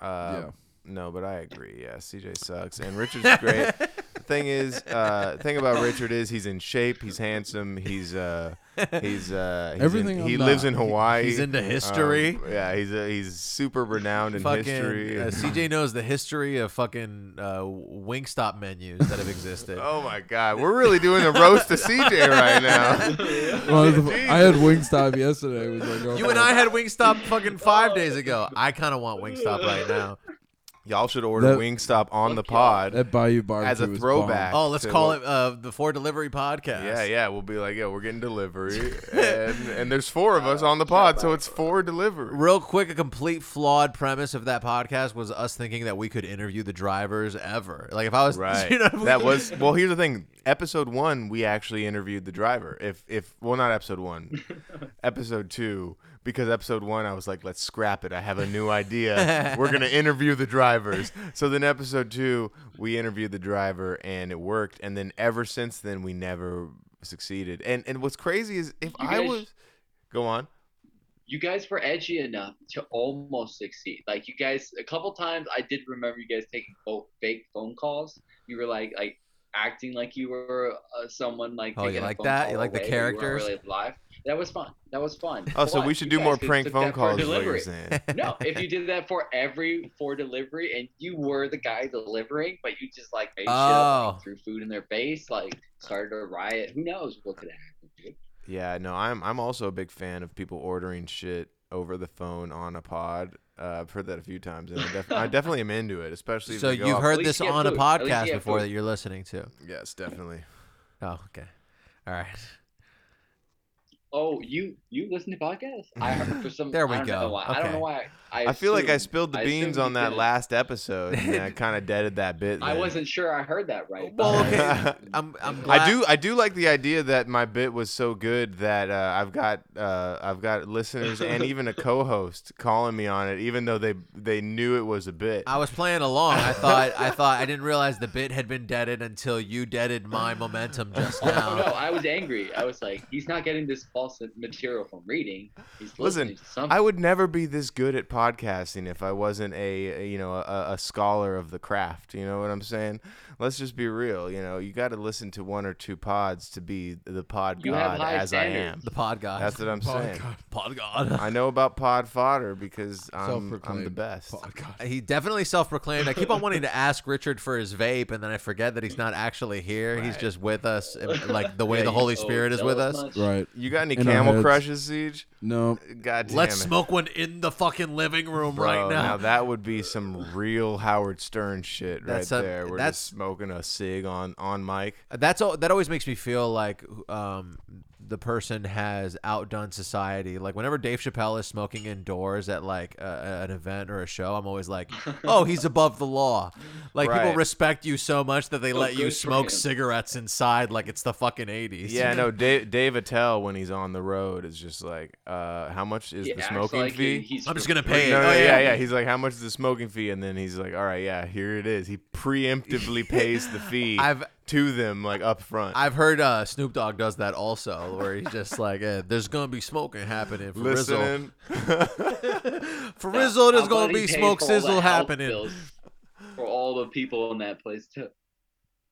Uh,
Yeah.
No, but I agree. Yeah, CJ sucks, and Richard's great. the thing is, uh, the thing about Richard is he's in shape. He's handsome. He's uh, he's uh, he's in-
Everything I'm
he lives
not.
in Hawaii.
He's into history.
Um, yeah, he's uh, he's super renowned in
fucking
history.
uh, CJ knows the history of fucking uh, Wingstop menus that have existed.
oh my God, we're really doing the roast to CJ right now.
well, I had Wingstop yesterday with my girlfriend.
You and I had Wingstop fucking five days ago. I kind of want Wingstop right now.
Y'all should order
That-
Wingstop on the pod.
that Bayou Barbecue
As a
was
throwback.
bomb.
Oh, let's
So
call
what-
it uh, the Four Delivery Podcast.
Yeah, yeah. We'll be like, yeah, we're getting delivery, and and there's four of us on the pod, so it's four delivery.
Real quick, a complete flawed premise of that podcast was us thinking that we could interview the drivers ever. Like if I was,
Right.
you know what I mean?
that was well. Here's the thing. Episode one, we actually interviewed the driver. If if well, not episode one, episode two, because episode one, I was like, let's scrap it. I have a new idea. we're gonna interview the drivers. So then episode two, we interviewed the driver, and it worked. And then ever since then, we never succeeded. And and what's crazy is if
You
I
guys-
was, go on.
You guys were edgy enough to almost succeed. Like you guys, a couple times I did remember you guys taking both fake phone calls. You were like like acting like you were uh, someone like.
Oh, you
taking a
like
phone
that?
call
You like the
away, but you weren't
characters?
Really live. That was fun. That was fun.
Oh, so
But
we should
you
do more
guys could've
prank
took
phone
that for
calls. Is what you're
delivery.
saying.
no, if you did that for every for delivery and you were the guy delivering, but you just like made shit up,
Oh.
like, threw food in their face, like started a riot. Who knows what could happen? Dude.
Yeah, no, I'm I'm also a big fan of people ordering shit over the phone on a pod. Uh, I've heard that a few times, and I, def- I definitely am into it, especially. If
So
they go
you've
off-
heard
least
this
you have
on a
food. At least
podcast
you have
before
food.
that you're listening to.
Yes, definitely.
Oh, okay. All right.
Oh, you you listen to podcasts? I heard for some.
There we
I don't Know
go.
why. I don't
Okay.
know why. I,
I, feel like I
assumed-
spilled the
I
beans
assumed
on
you
that
did.
last episode, and I kind of deaded that bit.
I
there.
wasn't sure I heard that right.
Well,
but-
okay. I'm, I'm glad.
I do. I do like the idea that my bit was so good that uh, I've got uh, I've got listeners and even a co-host calling me on it, even though they they knew it was a bit.
I was playing along. I thought I thought I didn't realize the bit had been deaded until you deaded my momentum just
Oh,
now.
no, I was angry. I was like, he's not getting this false material from reading. He's
Listen,
listening to something.
I would never be this good at podcasting if I wasn't a, a, you know a, a scholar of the craft. You know what I'm saying? Let's just be real. You know, you got to listen to one or two pods to be the pod
You have
god
high
as I am.
standards.
The pod god.
That's what I'm saying.
pod god.
I know about pod fodder because I'm, I'm the
Self-proclaimed
best.
podcast.
He definitely self-proclaimed. I keep on wanting to ask Richard for his vape, and then I forget that he's not actually here. He's just with us, and, like the way
Yeah,
the
you-
Holy
Oh,
Spirit is
that
with
was
us.
much.
Right.
You got any
In our
camel
heads.
crushes, Siege?
No.
God damn
Let's
it.
smoke one in the fucking living room
Bro,
right now.
that would be some real Howard Stern shit right
That's a-
there. We're
that's-
just smoking a cig on on mic.
That's all. That always makes me feel like um, the person has outdone society. Like whenever Dave Chappelle is smoking indoors at like a, an event or a show, I'm always like, "Oh, he's above the law." Like people
Right.
respect you so much that they let you
good for
smoke
him.
cigaretes inside, like it's the fucking 80s.
Yeah, no, Dave, Dave Attell when he's on the road is just like, uh, how much is
He
the
acts
smoking
like
fee?
he- he's
I'm just
for
gonna
free.
pay it.
no, no,
Oh,
yeah.
yeah.
yeah, He's like, how much is the smoking fee? And then he's like, all right, yeah, here it is. He preemptively pays the fee
I've-
to them like up front.
I've heard uh, Snoop Dogg does that also, where he's just like, eh, "There's gonna be smoking happening for Rizzo.
Listening.
For Rizzo, there's
I'm
gonna
glad
be
he paid
smoke
for all the
sizzle
health
happening."
bills For all the people in that place too.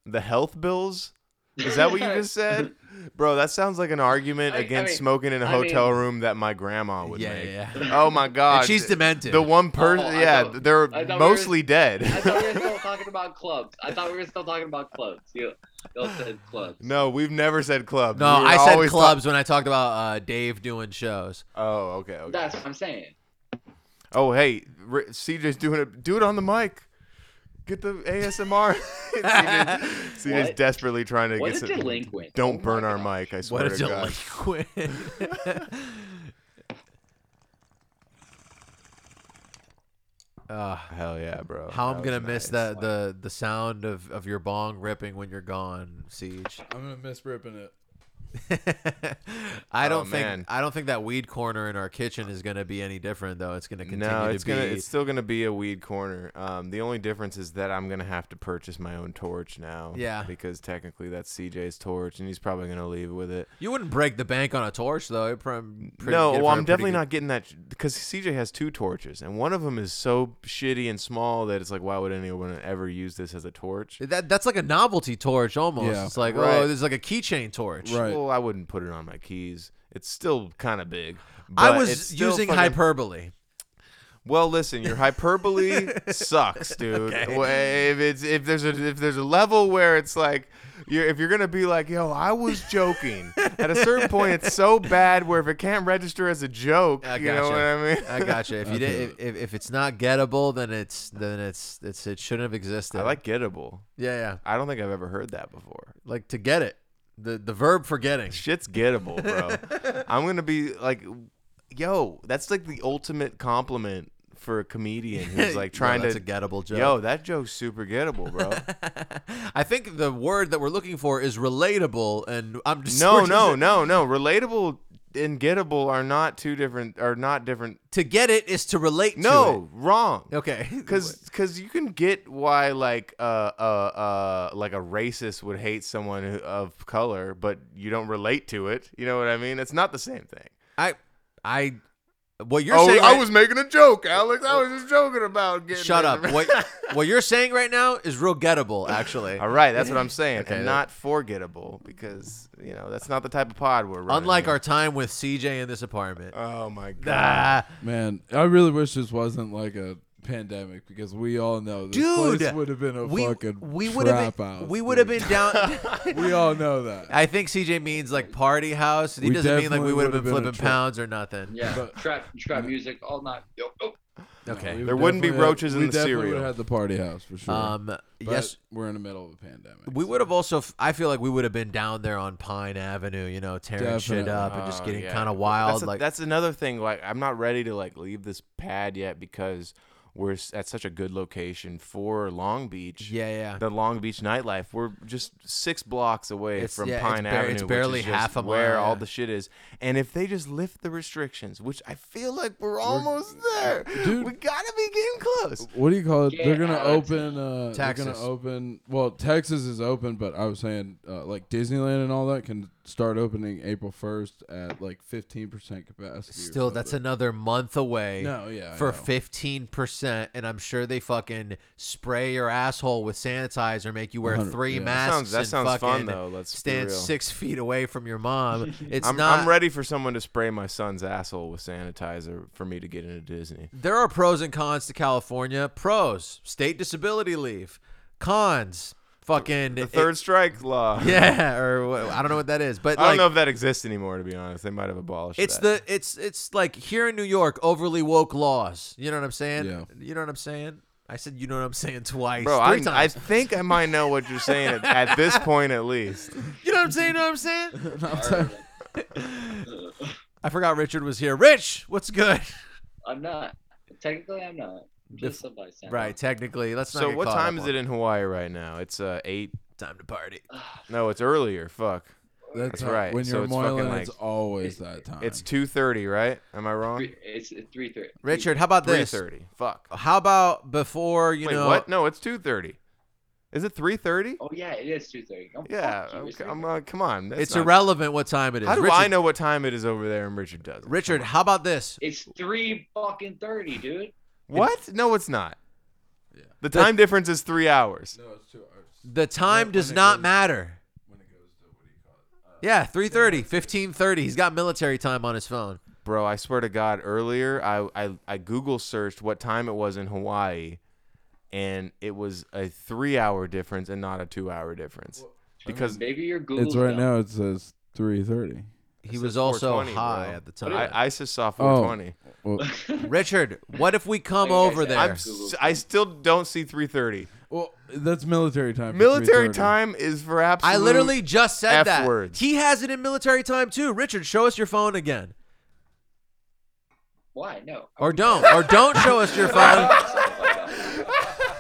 the health bills. Is that what you just said? Bro, that sounds like an argument
I- I
against
mean-
smoking in a
I
hotel
mean-
room that my grandma would
Yeah,
make.
yeah,
Oh my god.
And she's demented.
The one person,
Oh, I
yeah,
thought-
they're
I thought we were-
mostly dead.
I thought we were still talking about clubs. I thought we were still talking about clubs. You, you said clubs.
no, we've never said club.
no,
We
I said
always talk-
clubs when I talked about uh, Dave doing shows.
oh, okay, okay.
That's what I'm saying.
Oh, hey, R- CJ's doing it. Do it on the mic. Get the ASMR. CJ's, CJ's
What?
desperately trying to
What
get
a
some-
delinquent.
Don't
Oh
burn
my
our
gosh.
mic. I swear
What a
to God.
delinquent. uh,
Hell yeah, bro.
how I'm
That
gonna
was
miss
nice.
the, the the sound of, of your bong ripping when you're gone, Siege.
I'm gonna miss ripping it.
I don't think
Oh, man.
I don't think that weed corner in our kitchen is gonna be any different though. It's gonna continue
No,
to
it's
be.
gonna. It's still gonna be a weed corner. Um, the only difference is that I'm gonna have to purchase my own torch now.
Yeah.
Because technically that's CJ's torch, and he's probably gonna leave with it.
You wouldn't break the bank on a torch though. You'd prob- pretty-
no,
get it for
well,
a
I'm
pretty
definitely
good-
not getting that because CJ has two torches, and one of them is so shitty and small that it's like, why would anyone ever use this as a torch?
That that's like a novelty torch almost.
Yeah.
It's like
Right.
oh, this is like a keychain torch.
Right.
Well, I wouldn't put it on my keys. It's still kind of big.
I
but it's
was
still
using
fucking-
hyperbole.
Well, listen, your hyperbole sucks, dude. Well, If it's if there's a if there's a level where it's like you're if you're gonna be like, yo, I was joking. At a certain point, it's so bad where if it can't register as a joke,
I
you know
gotcha.
what I mean?
I gotcha. If you did, if, if if it's not gettable, then it's then it's it's it shouldn't have existed.
I like gettable.
yeah yeah
I don't think I've ever heard that before.
like to get it. The the verb for getting.
Shit's gettable, bro. I'm gonna be like, yo, that's like the ultimate compliment for a comedian who's like
Yo,
trying
that's
to
a gettable joke.
Yo, that joke's super gettable, bro.
I think the word that we're looking for is relatable, and I'm just
No,
we're just-
no, no, no. Relatable and gettable are not two different. Are not different.
To get it is to relate.
No, wrong.
to it. okay,
Because because you can get why like uh uh uh like a racist would hate someone who- of color, but you don't relate to it. You know what I mean? It's not the same thing.
I I what you're
oh,
saying.
I
right-
was making a joke, Alex. I was just joking about getting.
shut up. What what you're saying right now is real gettable, actually.
All right, that's what I'm saying,
Okay,
and
that-
not forgettable because you know that's not the type of pod we're running.
Unlike
here.
our time with CJ in this apartment.
Oh my god.
Ah,
Man, I really wish this wasn't like a pandemic because we all know this
dude,
place would have been a
we,
fucking
we would have
trap
been,
house.
we would have
dude.
been down.
we all know that.
I think CJ means like party house. He
We
doesn't mean like
definitely
we would have been,
would've been a
flipping
trip.
pounds or nothing.
Yeah,
But-
trap trap music all night. Yo, oh,
Okay.
We
There wouldn't be
definitely had-
roaches in
we
the
definitely
cereal.
would have had the party house for sure.
Um.
But
yes.
we're in the middle of a pandemic.
We would have also. f- I feel like we would have been down there on Pine Avenue, you know, tearing shit
Definitely.
up and just
Oh,
getting
yeah.
kind of
that's
wild.
a-
like
that's another thing. Like I'm not ready to like leave this pad yet because we're s- at such a good location for Long Beach.
yeah, yeah.
The Long Beach nightlife. We're just six blocks away
It's-
from
yeah, it's
Pine
bar-
Avenue.
it's
which
barely
is just
half a mile,
where all
yeah.
the shit is. And if they just lift the restrictions, which I feel like we're almost there,
dude.
we gotta be getting close.
What do you call it?
Yeah,
they're gonna
Alex.
open. Uh, They're
Texas.
gonna open. Well, Texas is open, but I was saying uh, like Disneyland and all that can start opening April first at like fifteen percent capacity. or
Still, that's
something.
another month away.
No, yeah, I
For
know.
fifteen percent, and I'm sure they fucking spray your asshole with sanitizer, make you wear
100
three
yeah. That
masks.
sounds- that
and
sounds fun,
fucking
though, let's be
stand
real.
six feet away from your mom. It's
I'm,
not.
I'm ready for someone to spray my son's asshole with sanitizer for me to get into Disney.
There are pros and cons to California. Pros: state disability leave. Cons: fucking
The third strike law.
yeah, or wha- I don't know what that is, but
I don't
like,
know if that exists anymore. To be honest, they might have abolished.
It's
that.
the it's it's like here in New York, overly woke laws. You know what I'm saying?
Yeah.
You know what I'm saying? I said you know what I'm saying twice,
Bro, I,
three
I
times.
think I might know what you're saying at, at this point, at least.
you know what I'm saying? You know what I'm saying?
I'm sorry.
I forgot Richard was here. Rich, what's good?
I'm not. Technically, I'm not. I'm Just somebody saying.
right, technically, let's not.
So,
get
what
caught
time
up
is
on
it Uh, in Hawaii right now? It's uh, eight.
Time to party.
No, it's earlier. Fuck.
That's
That's right.
When
So
you're
it's fucking
Moylan, it's
like-
always that time.
It's two thirty, right? Am I wrong?
Three- It's three thirty.
Richard, how about
Three
this?
thirty. Fuck.
How about before you
Wait,
know?
what? No, it's two thirty. Is it three thirty?
Oh yeah, it is two thirty. Oh,
Yeah.
fuck you, it's
Okay, I'm,
3:30.
uh, come on. that's
It's
not-
irrelevant what time it is.
How do
Richard,
I know what time it is over there and Richard doesn't?
Richard, how about this?
It's three fucking thirty, dude.
What? No, it's not. The time difference is three hours.
no, it's two hours.
The time
when
does
it
not
goes-
matter.
When it goes
uh,
Yeah, 3:30, 15:30. He's got military time on his phone.
Bro, I swear to God, earlier I, I, I Google searched what time it was in Hawaii, and it was a three hour difference and not a two hour difference. Because
Maybe your Google.
It's right now. It says three thirty.
He
says
was also
420,
high
bro.
at the time.
I, ISIS saw 420.
Well,
Richard, what if we come
Like I
over
said,
there?
I'm s- I still don't see 330.
well, that's military time. for
Military
3:30.
time is for absolute.
I literally just said
F
that.
words.
He has it in military time too. Richard, show us your phone again.
Why? No.
Or don't. Or don't show us your phone.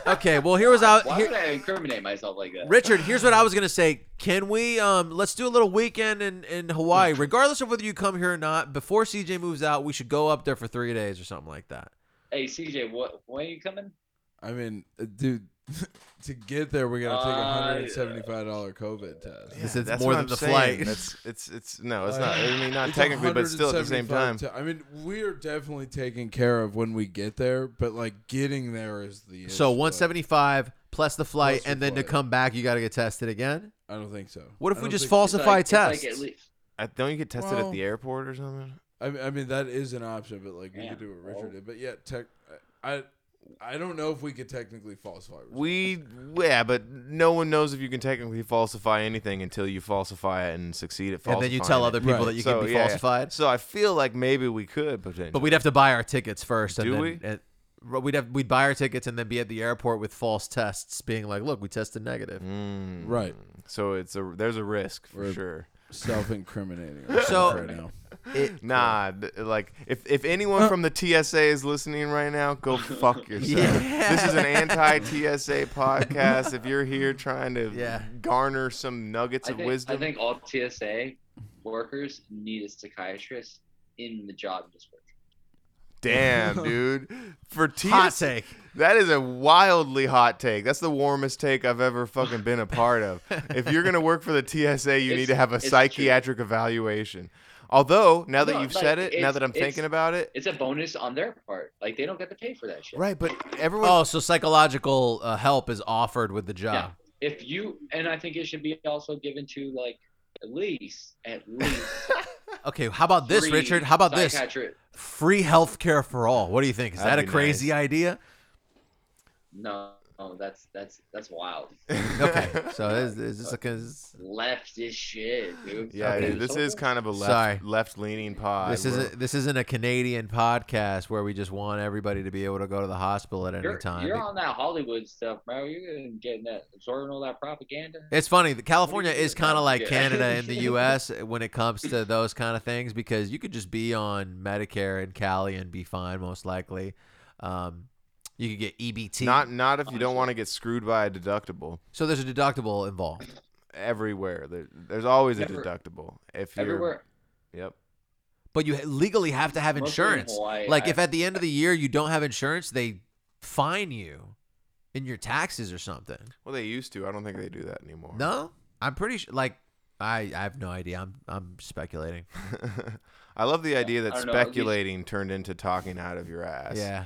Okay, well here was out
Why
here,
would I incriminate myself like that?
Richard, here's what I was gonna say. Can we um let's do a little weekend in, in Hawaii, regardless of whether you come here or not, before CJ moves out, we should go up there for three days or something like that.
Hey, CJ, what? When are you coming?
I mean, uh, dude, to get there, we gotta take a
Uh,
hundred and seventy-five dollar COVID test.
It's- it's
that's
more
what
than
I'm
the
saying.
flight.
That's it's it's no, it's
Like,
not. I mean, not
It's
technically, but still at the same time.
$175 ti- I mean, we're definitely taken care of when we get there, but like getting there is the
so
issue.
one seventy five plus the flight,
Plus the
and then to
flight.
come back you gotta get tested again?
I don't think so.
What if
I
we
don't
just
think-
falsify
It's like-
tests?
it's like at least-
I, don't you get tested at
Well-
the airport or something?
I mean, I mean that is an option, but like we
Yeah.
could do what Richard did. But yeah, tech. I I don't know if we could technically falsify. results.
We yeah, but no one knows if you can technically falsify anything until you falsify it and succeed at falsifying.
and then you tell
it.
other people
Right,
that you
so,
can be
yeah, yeah.
falsified.
So I feel like maybe we could potentially.
But we'd have to buy our tickets first. And
Do
then,
we?
and- well, we'd have we'd buy our tickets and then be at the airport with false tests, being like, "Look, we tested negative."
Mm.
Right.
So it's a there's a risk for
We're-
sure.
self-incriminating.
So-
ourselves right now.
nah, th- like if if anyone from the TSA is listening right now, go fuck yourself.
Yeah.
This is an anti-TSA podcast. if you're here trying to
Yeah.
garner some nuggets
I
of
think,
wisdom,
I think all TSA workers need a psychiatrist in the job description.
damn, dude, for
Hot
TSA,
take.
That is a wildly hot take. That's the warmest take I've ever fucking been a part of. if you're gonna work for the TSA, you
It's-
need to have a
it's true.
psychiatric evaluation. Although, now that
No,
you've
like,
said it, now
it's-
that I'm
it's-
thinking about it,
It's a bonus on their part. Like they don't get to pay for that shit.
right? But everyone,
Oh, so psychological uh, help is offered with the
Yeah.
job.
If you and I think it should be also given to like at least at least
Okay, how about this,
three
Richard? How about this?
psychiatri-
Free health care for all. What do you think? Is
That'd
that a
be
crazy idea?
No, no, that's that's that's wild.
Oh, Okay, so is, is this like a, is-
Left is shit, dude.
yeah,
Okay.
dude, this is kind of a
Sorry.
left left leaning pod.
this
We're-
isn't this isn't a Canadian podcast where we just want everybody to be able to go to the hospital at any
You're,
time.
you're on that Hollywood stuff, bro. You're gonna getting that absorbing all that propaganda.
It's funny. The California
doing
is
now?
kind of like
Yeah.
Canada and the U.S. when it comes to those kind of things because you could just be on Medicare in Cali and be fine, most likely. Um, you could get EBT.
not not if you don't want to get screwed by a deductible.
so there's a deductible involved.
Everywhere, there, there's always
Every-
a deductible. If you're,
Everywhere.
yep.
But you legally have to have
Mostly in
insurance.
Hawaii,
like
I-
if at the end of the year you don't have insurance, they fine you in your taxes or something.
Well, they used to. I don't think they do that anymore.
No, I'm pretty sure. Like I, I have no idea. I'm I'm speculating.
I love the idea
I
that
don't know, at least-
speculating turned into talking out of your ass.
Yeah,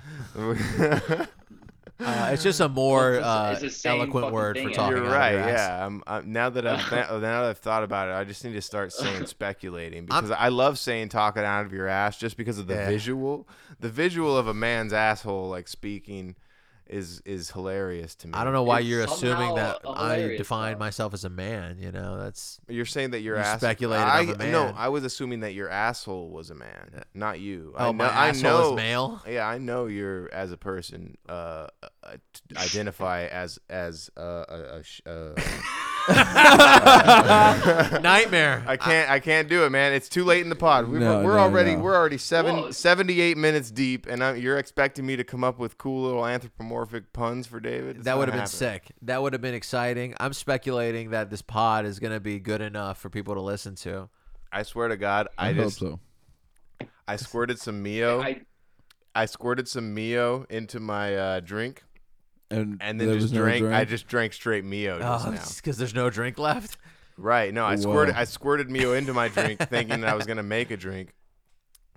You're
uh, it's just a more
It's the- it's the
uh,
same
eloquent
fucking
word
thing
for
as-
talking. out of
right.
your ass.
Yeah. I'm, i now that I've th- now that I've thought about it, I just need to start saying speculating because i love saying talking out of your ass just because of the
Yeah.
visual. The visual of a man's asshole like speaking is is hilarious to me.
I don't know why
It's
you're assuming
somehow
that
a
I
hilarious
define
thought.
myself as a man. You know, that's
You're saying that your
You
ass
speculated
I,
of a
No,
man.
I was assuming that your asshole was a man, not you. I
oh
know,
my
I
asshole
know,
is male.
Yeah, I know you're as a person uh, uh, t- identify as as uh, a, a sh- uh,
Nightmare.
I can't I can't do it, man. It's too late in the pod. We've,
No,
we're
no,
already
no.
we're already seven,
Whoa.
78 minutes deep, and I, you're expecting me to come up with cool little anthropomorphic puns for David. It's
that
not
would have been
happening.
sick. That would have been exciting. I'm speculating that this pod is going to be good enough for people to listen to.
I swear to God,
I,
I,
hope
just
so.
I squirted some Mio. I,
I
squirted some Mio into my uh, drink,
And,
and then
there
just
was no
drank.
drink?
I just drank straight Mio just
Oh,
now.
because there's no drink left.
Right.
Oh,
No, I
Whoa.
squirted I squirted Mio into my drink thinking that I was gonna make a drink.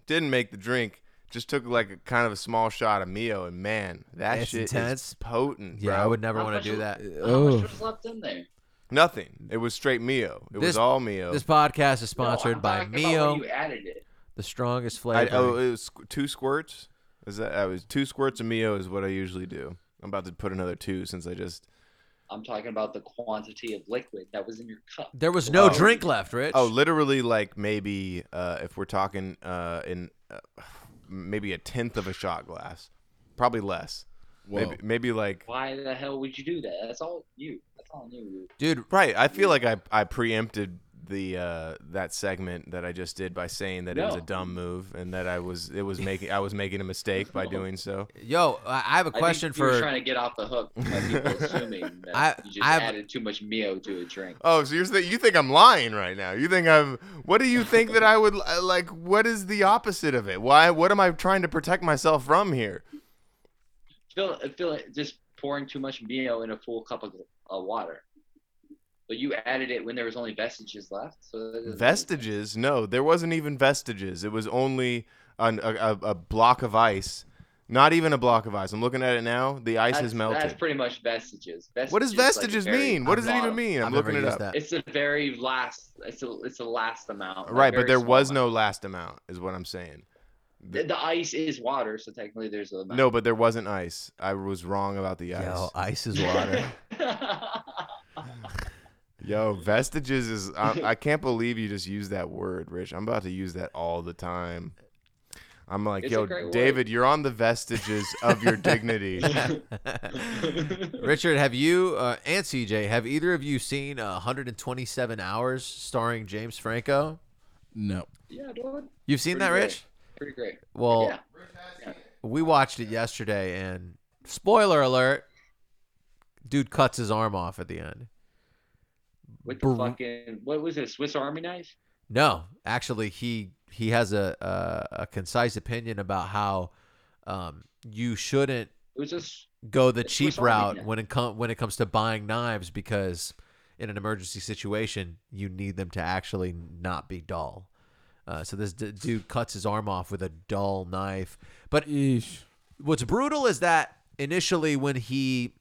Didn't make the drink. Just took like a kind of a small shot of Mio and man, that
It's
shit
intense.
is potent.
Yeah, I
bro.
would never
How
want
much
to do
was-
that.
how
Oh,
much was left in there?
Nothing. It was straight Mio. It
This-
was all Mio.
This podcast is
No, I'm
sponsored by
talking about
Mio,
when You added it.
the strongest
I,
flavor.
oh, it was squ- two squirts. Is that? I was two squirts of Mio is what I usually do. I'm about to put another two since I just.
I'm talking about the quantity of liquid that was in your cup.
there was no
Oh.
drink left, Rich.
Oh, literally, like maybe uh, if we're talking uh, in uh, maybe a tenth of a shot glass, probably less.
Whoa.
Maybe maybe like
Why the hell would you do that? That's all you. That's all you.
dude,
right. I feel like I I preempted the uh, that segment that I just did by saying that it was a
No.
dumb move and that I was it was making I was making a mistake by doing so.
yo, I I have a
I
question
think you were
for.
trying to get off the hook by people assuming that
I-
you just
I've-
added too much Mio to a drink.
Oh, so you're saying you think I'm lying right now? You think I'm? What do you think that I would uh, like? What is the opposite of it? Why? What am I trying to protect myself from here?
Feel feel it just pouring too much Mio in a full cup of uh, water. But you added it when there was only vestiges left. So that doesn't-
Vestiges? No, there wasn't even vestiges. It was only an, a, a, a block of ice. Not even a block of ice. I'm looking at it now. The ice
That's,
has melted.
That's pretty much vestiges. vestiges
what does
is like the
vestiges
very
mean? What does it even
bottom.
mean?
I've
I'm
never
looking it
used
up.
that.
It's the very last. It's a it's the last amount. like
Right, but
very
there
small
was
amount.
no last amount, is what I'm saying.
The, the ice is water, so technically there's a amount.
No, but there wasn't ice. I was wrong about the ice.
Yo, ice is water.
Yo, vestiges is. I, I can't believe you just used that word, Rich. I'm about to use that all the time. I'm like,
It's a
yo,
great word.
David, you're on the vestiges of your dignity.
Richard, have you uh, and CJ have either of you seen uh, 127 Hours starring James Franco?
No.
yeah, dude.
You've seen
Pretty
that,
great.
Rich?
Pretty great.
Well,
yeah.
we watched it yesterday, and spoiler alert, dude cuts his arm off at the end.
With the fucking what was it? a Swiss Army knife?
No, actually, he he has a a, a concise opinion about how um, you shouldn't
It was just
go the
It's
cheap
Swiss Army
route
knife.
when it com- when it comes to buying knives because in an emergency situation you need them to actually not be dull. Uh, so this d- dude cuts his arm off with a dull knife. But
Eesh.
what's brutal is that initially when he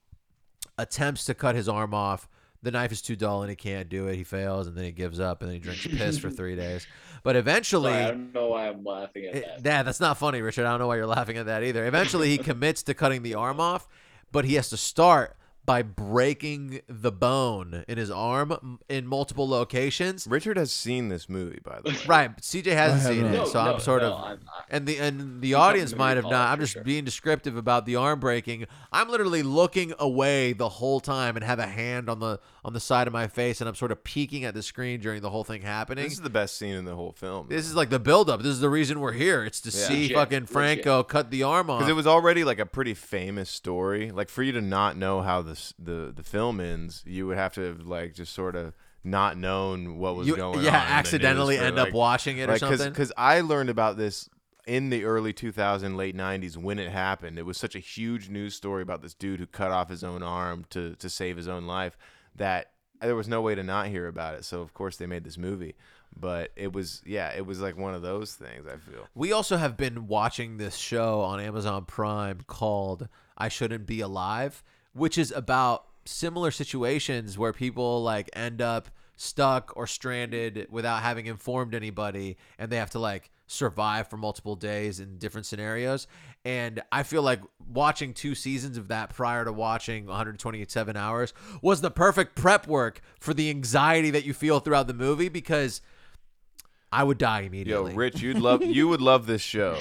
attempts to cut his arm off, the knife is too dull and he can't do it. He fails and then he gives up and then he drinks piss for three days. But eventually,
sorry, I don't know why I'm laughing at
it-
that.
nah, that's not funny, Richard. I don't know why you're laughing at that either. Eventually, he commits to cutting the arm off, but he has to start by breaking the bone in his arm m- in multiple locations.
Richard has seen this movie, by the way.
Right, but CJ hasn't
I have
seen it,
not.
so I'm sort of.
I'm, I,
and the and the audience
movie
might have
call
not.
it
I'm
for
just
sure.
being descriptive about the arm breaking. I'm literally looking away the whole time and have a hand on the on the side of my face, and I'm sort of peeking at the screen during the whole thing happening.
This is the best scene in the whole film.
This is like the buildup. This is the reason we're here. It's to
Yeah.
see
Legit,
fucking Franco cut the arm off.
because it was already like a pretty famous story. Like for you to not know how this the the film ends, you would have to have like just sort of not known what was
You-
going on.
yeah,
in the news
accidentally
for,
end
like-
up watching it or something.
Because I learned about this in the early 2000s, late 90s when it happened. It was such a huge news story about this dude who cut off his own arm to, to save his own life that there was no way to not hear about it. So, of course, they made this movie. But it was, yeah, it was like one of those things, I feel.
we also have been watching this show on Amazon Prime called "I Shouldn't Be Alive," which is about similar situations where people like end up stuck or stranded without having informed anybody, and they have to like survive for multiple days in different scenarios. And I feel like watching two seasons of that prior to watching 127 hours was the perfect prep work for the anxiety that you feel throughout the movie because. I would die
Yo,
immediately.
Rich, you'd love you would love this show.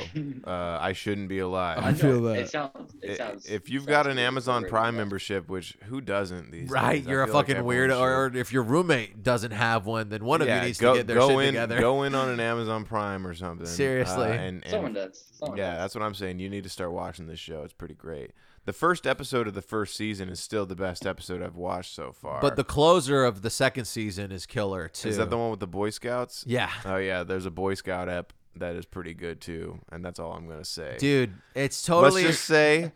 Uh, I shouldn't be alive.
I feel that.
It sounds. It
I-
sounds.
if you've
sounds
got an
pretty
Amazon
great.
Prime membership, which who doesn't these
Right,
days? I
you're a
feel like
fucking
everyone
weirdo,
should.
or, or if your roommate doesn't have one, then one of you needs to get their shit
in,
together.
Go in on an Amazon Prime or something.
Seriously.
Uh, and, and-
Someone does. Someone
yeah,
does.
that's what I'm saying. You need to start watching this show. It's pretty great. The first episode of the first season is still the best episode I've watched so far.
But the closer of the second season is killer too.
is that the one with the Boy Scouts?
Yeah,
Oh yeah, there's a Boy Scout ep that is pretty good too, and that's all I'm gonna say.
dude, it's totally
Let's just say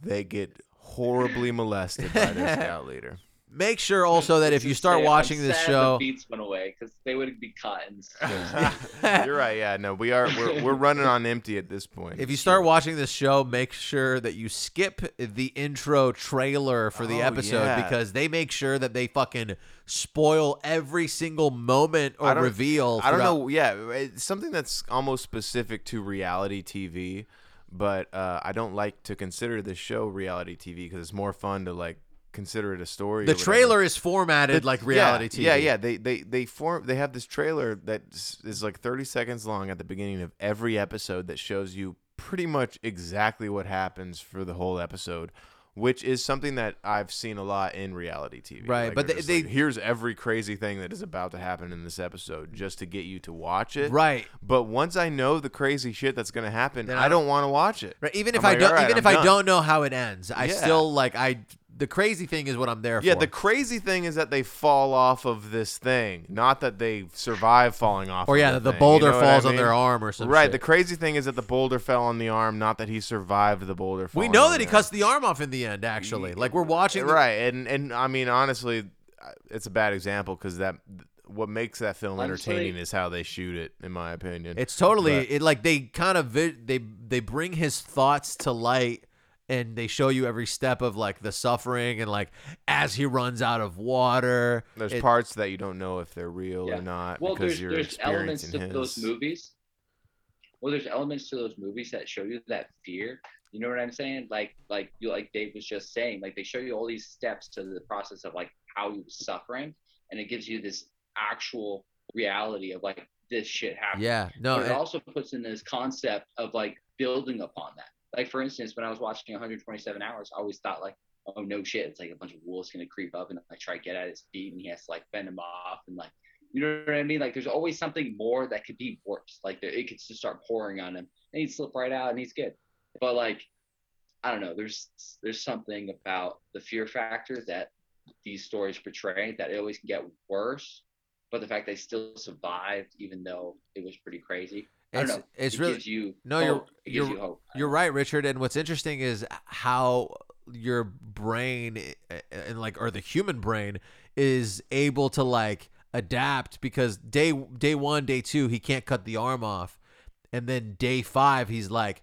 they get horribly molested by their scout leader.
Make sure also that if you start
Say, I'm
watching this
sad
show,
the beats went away because they would be cut and
You're right. Yeah, no, we are we're, we're running on empty at this point.
if you start watching this show, make sure that you skip the intro trailer for the
Oh,
episode
yeah.
because they make sure that they fucking spoil every single moment
I
or
don't-
reveal.
I don't
throughout-
know. Yeah, it's something that's almost specific to reality TV, but uh, I don't like to consider this show reality TV because it's more fun to like consider it a story.
The
or whatever.
trailer is formatted like reality
yeah, Yeah,
TV.
yeah. They they they form. They have this trailer that s- is like 30 seconds long at the beginning of every episode that shows you pretty much exactly what happens for the whole episode. Which is something that I've seen a lot in reality TV.
Right,
Like,
but
they're
they-
just like,
they-
here's every crazy thing that is about to happen in this episode just to get you to watch it.
Right.
But once I know the crazy shit that's gonna happen,
Then
I,
I-
don't want to watch it.
Right, even if
I'm
I
like,
don't,
"All right,
even
I'm
if I
done."
don't know how it ends, I
Yeah.
still like I. The crazy thing is what I'm there
Yeah,
for.
the crazy thing is that they fall off of this thing, not that they survive falling off.
or
of
yeah,
the,
the,
thing, you
boulder
know what I
falls on
mean?
their arm or something.
Right. The crazy thing is that the boulder fell on the arm, not that he survived the boulder.
we
falling
know
on
that he
the
cuts the arm off in the end. Actually, like we're watching.
arm.
the-
Right, and and I mean honestly, I- it's a bad example because that what makes that film
Honestly-
entertaining is how they shoot it, in my opinion.
It's totally
But-
it. Like they kind of vi- they they bring his thoughts to light. And they show you every step of like the suffering and like as he runs out of water.
there's
it-
parts that you don't know if they're real
Yeah.
or not
well,
because
there's
you're
there's elements
experiencing
to those
his.
movies. Well, there's elements to those movies that show you that fear. You know what I'm saying? Like like you like Dave was just saying. Like they show you all these steps to the process of like how he was suffering, and it gives you this actual reality of like this shit happened.
Yeah, no,
but it
and-
also puts in this concept of like building upon that. Like for instance, when I was watching 127 Hours, I always thought like, oh no shit, it's like a bunch of wolves gonna creep up and like try to get at his feet, and he has to like fend him off, and like you know what I mean? Like there's always something more that could be worse. Like there- it could just start pouring on him, and he'd slip right out, and he's good. But like I don't know, there's there's something about the fear factor that these stories portray that it always can get worse. But the fact they still survived, even though it was pretty crazy, I don't
it's,
know.
it's
it
really
gives you
no,
hope.
you're-
it gives
you're-
you hope.
You're right, Richard. And what's interesting is how your brain eh, and like or the human brain is able to like adapt because day day 1, day 2 he can't cut the arm off. And then day 5 he's like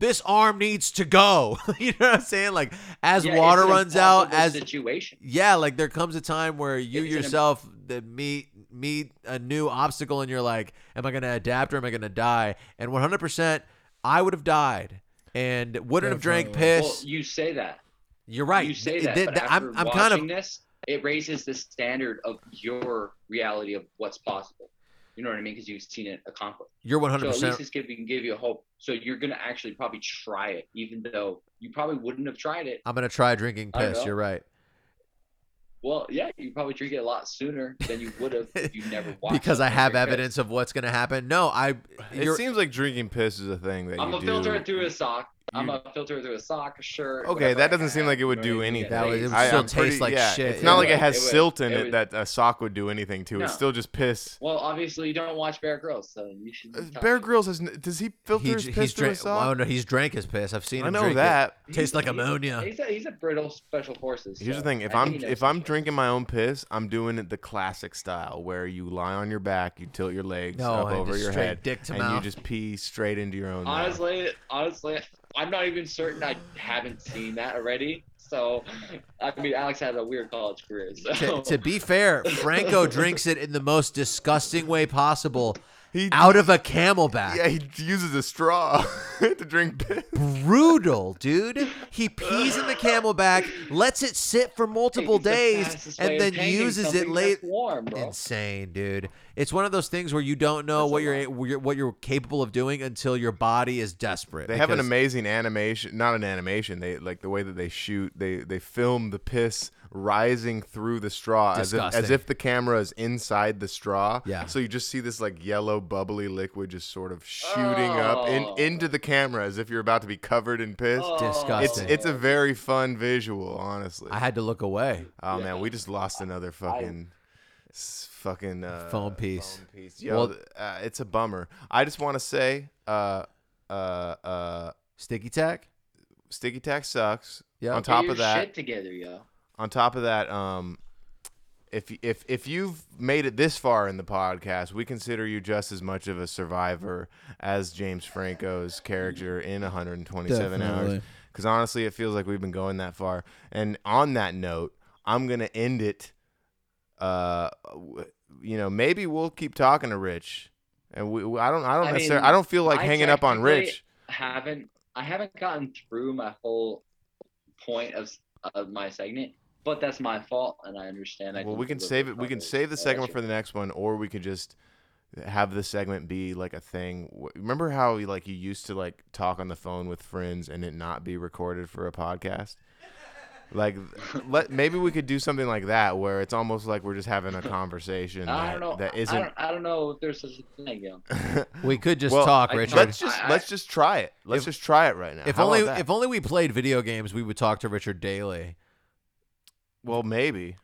this arm needs to go. you know what I'm saying? Like as
Yeah, it's
water
an
runs out
impossible
as
situation.
yeah, like there comes a time where you
It's an im-
yourself that meet meet a new obstacle and you're like, am I going to adapt or am I going to die? And 100% I would have died and wouldn't have drank
Definitely.
piss.
Well, you say that.
you, are right.
You say
It-
that.
it-
but
that-
after
I'm, I'm
watching
kind of
this, it raises the standard of your reality of what's possible. You know what I mean? Because you've seen it accomplished.
you're
So at
100%
least it's giving give you hope. So you're gonna actually probably try it, even though you probably wouldn't have tried it.
I'm going to try drinking
I
piss.
know.
You're right.
Well, yeah, you probably drink it a lot sooner than you would have if you never watched.
because I
something
have
like this.
evidence of what's going to happen. No, I
It
you're,
seems like drinking piss is a thing that
I'm
you
gonna filter
do.
it through a sock. I'm
you-
gonna filter it through a sock, a shirt.
Okay,
whatever
that
I
doesn't seem
have,
like it would
you know
do
what I mean?
anything.
At
That would-
least-
it would still
I'm pretty-
taste like
yeah,
shit.
It's not
It
like
would.
it has
It would.
silt in
It
it,
would.
that a sock would do anything to. It's
No.
still just piss.
Well, obviously you don't watch Bear Grylls, so you should.
Uh,
be
Bear
tough.
Grylls has. n- Does he filter
he,
his
j-
piss
he's
through a
drank.
sock?
Well, no, he's drank his piss. I've seen
I
him
know
drink it.
that.
Tastes like ammonia.
He's a, he's a brittle special forces.
Here's the
so
thing: if
I
I'm
think he knows
if I'm
his shit.
drinking my own piss, I'm doing it the classic style, where you lie on your back, you tilt your legs
No,
up
and
over
just
your
straight
head,
dick to
and
mouth.
you just pee straight into your own. mouth.
honestly, honestly, I'm not even certain I haven't seen that already. So, I mean, Alex has a weird college career. So
to,
Oh.
to be fair, Franco drinks it in the most disgusting way possible
he
out of a camelback.
yeah, he uses a straw to drink piss.
Brutal, dude. He pees in the camelback, lets it sit for multiple
It's the
days,
fastest way
and
of
then
hanging
uses it
something
late.
that's Warm, bro.
Insane, dude. It's one of those things where you don't know
That's a
what you're, a- what you're capable of doing until your body is desperate.
They have an
because-
amazing animation, not an animation. They like the way that they shoot. They they film the piss rising through the straw as if, as
Disgusting.
if the camera is inside the straw.
Yeah.
So you just see this like yellow bubbly liquid just sort of shooting up
Oh.
in, into the camera as if you're about to be covered in piss.
Oh,
It's
disgusting.
it's a very fun visual, honestly.
I had to look away.
oh man, we just lost another fucking. s- Fucking uh,
Phone piece.
phone piece. Yo,
Well-
th- uh, it's a bummer. I just want to say, uh, uh, uh,
Sticky tack?
Sticky Tack sucks.
Yeah.
On
Get
top
your
of that,
shit together, yo.
on top of that, um, if if if you've made it this far in the podcast, we consider you just as much of a survivor as James Franco's character in 127 hours.
Definitely.
Because honestly, it feels like we've been going that far. And on that note, I'm gonna end it. Uh, w- you know, maybe we'll keep talking to Rich, and we, we- I don't I don't
I
necessarily
mean,
I don't feel like
I
hanging up on
technically-
Rich.
haven't I haven't gotten through my whole point of of my segment, but that's my fault, and I understand. I
Well, we can
deliver
save it. We can
properly.
save the
I'll let
second one
you-
for the next one, or we could just have the segment be like a thing. Wh- Remember how you, like you used to like talk on the phone with friends and it not be recorded for a podcast? Like, let maybe we could do something like that where it's almost like we're just having a conversation that,
I don't know.
that
I
isn't.
don't, I don't know if there's such a thing. You know.
We could just
Well,
talk,
I-
Richard.
Let's just
I- I-
let's just try it. Let's just try it right now.
if
How
only
about that?
if only we played video games, we would talk to Richard daily.
Well, maybe.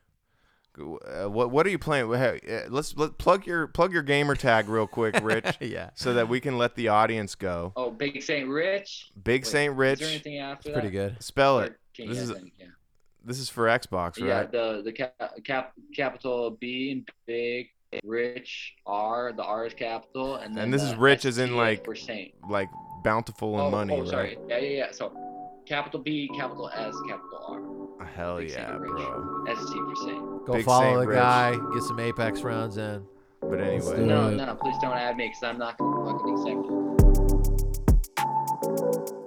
Uh, what what are you playing? Hey, uh, Let's let plug your plug your gamer tag real quick, Rich,
yeah,
so that we can let the audience go.
Oh, Big Saint Rich.
Big
Wait,
Saint
Is there
Rich,
anything after
pretty
that?
good.
spell
Or
it.
can you
This
guys
is
think? yeah.
this is for Xbox,
Yeah,
right?
the the cap, cap capital B and big rich R. The R is capital, and then
And this is
the
rich as in,
SBA
like,
for Saint.
Like bountiful in
oh,
money,
oh, sorry.
right?
Yeah, yeah, yeah. So, capital B, capital S, capital R.
Hell
Big Saint
Oh, yeah,
Rich.
bro.
ST for Saint.
Go
Big
follow
Saint
the
Rich.
guy, get some Apex rounds in.
But
Let's
anyway.
do
No,
it.
no, please don't add me because I'm not gonna fucking accept you.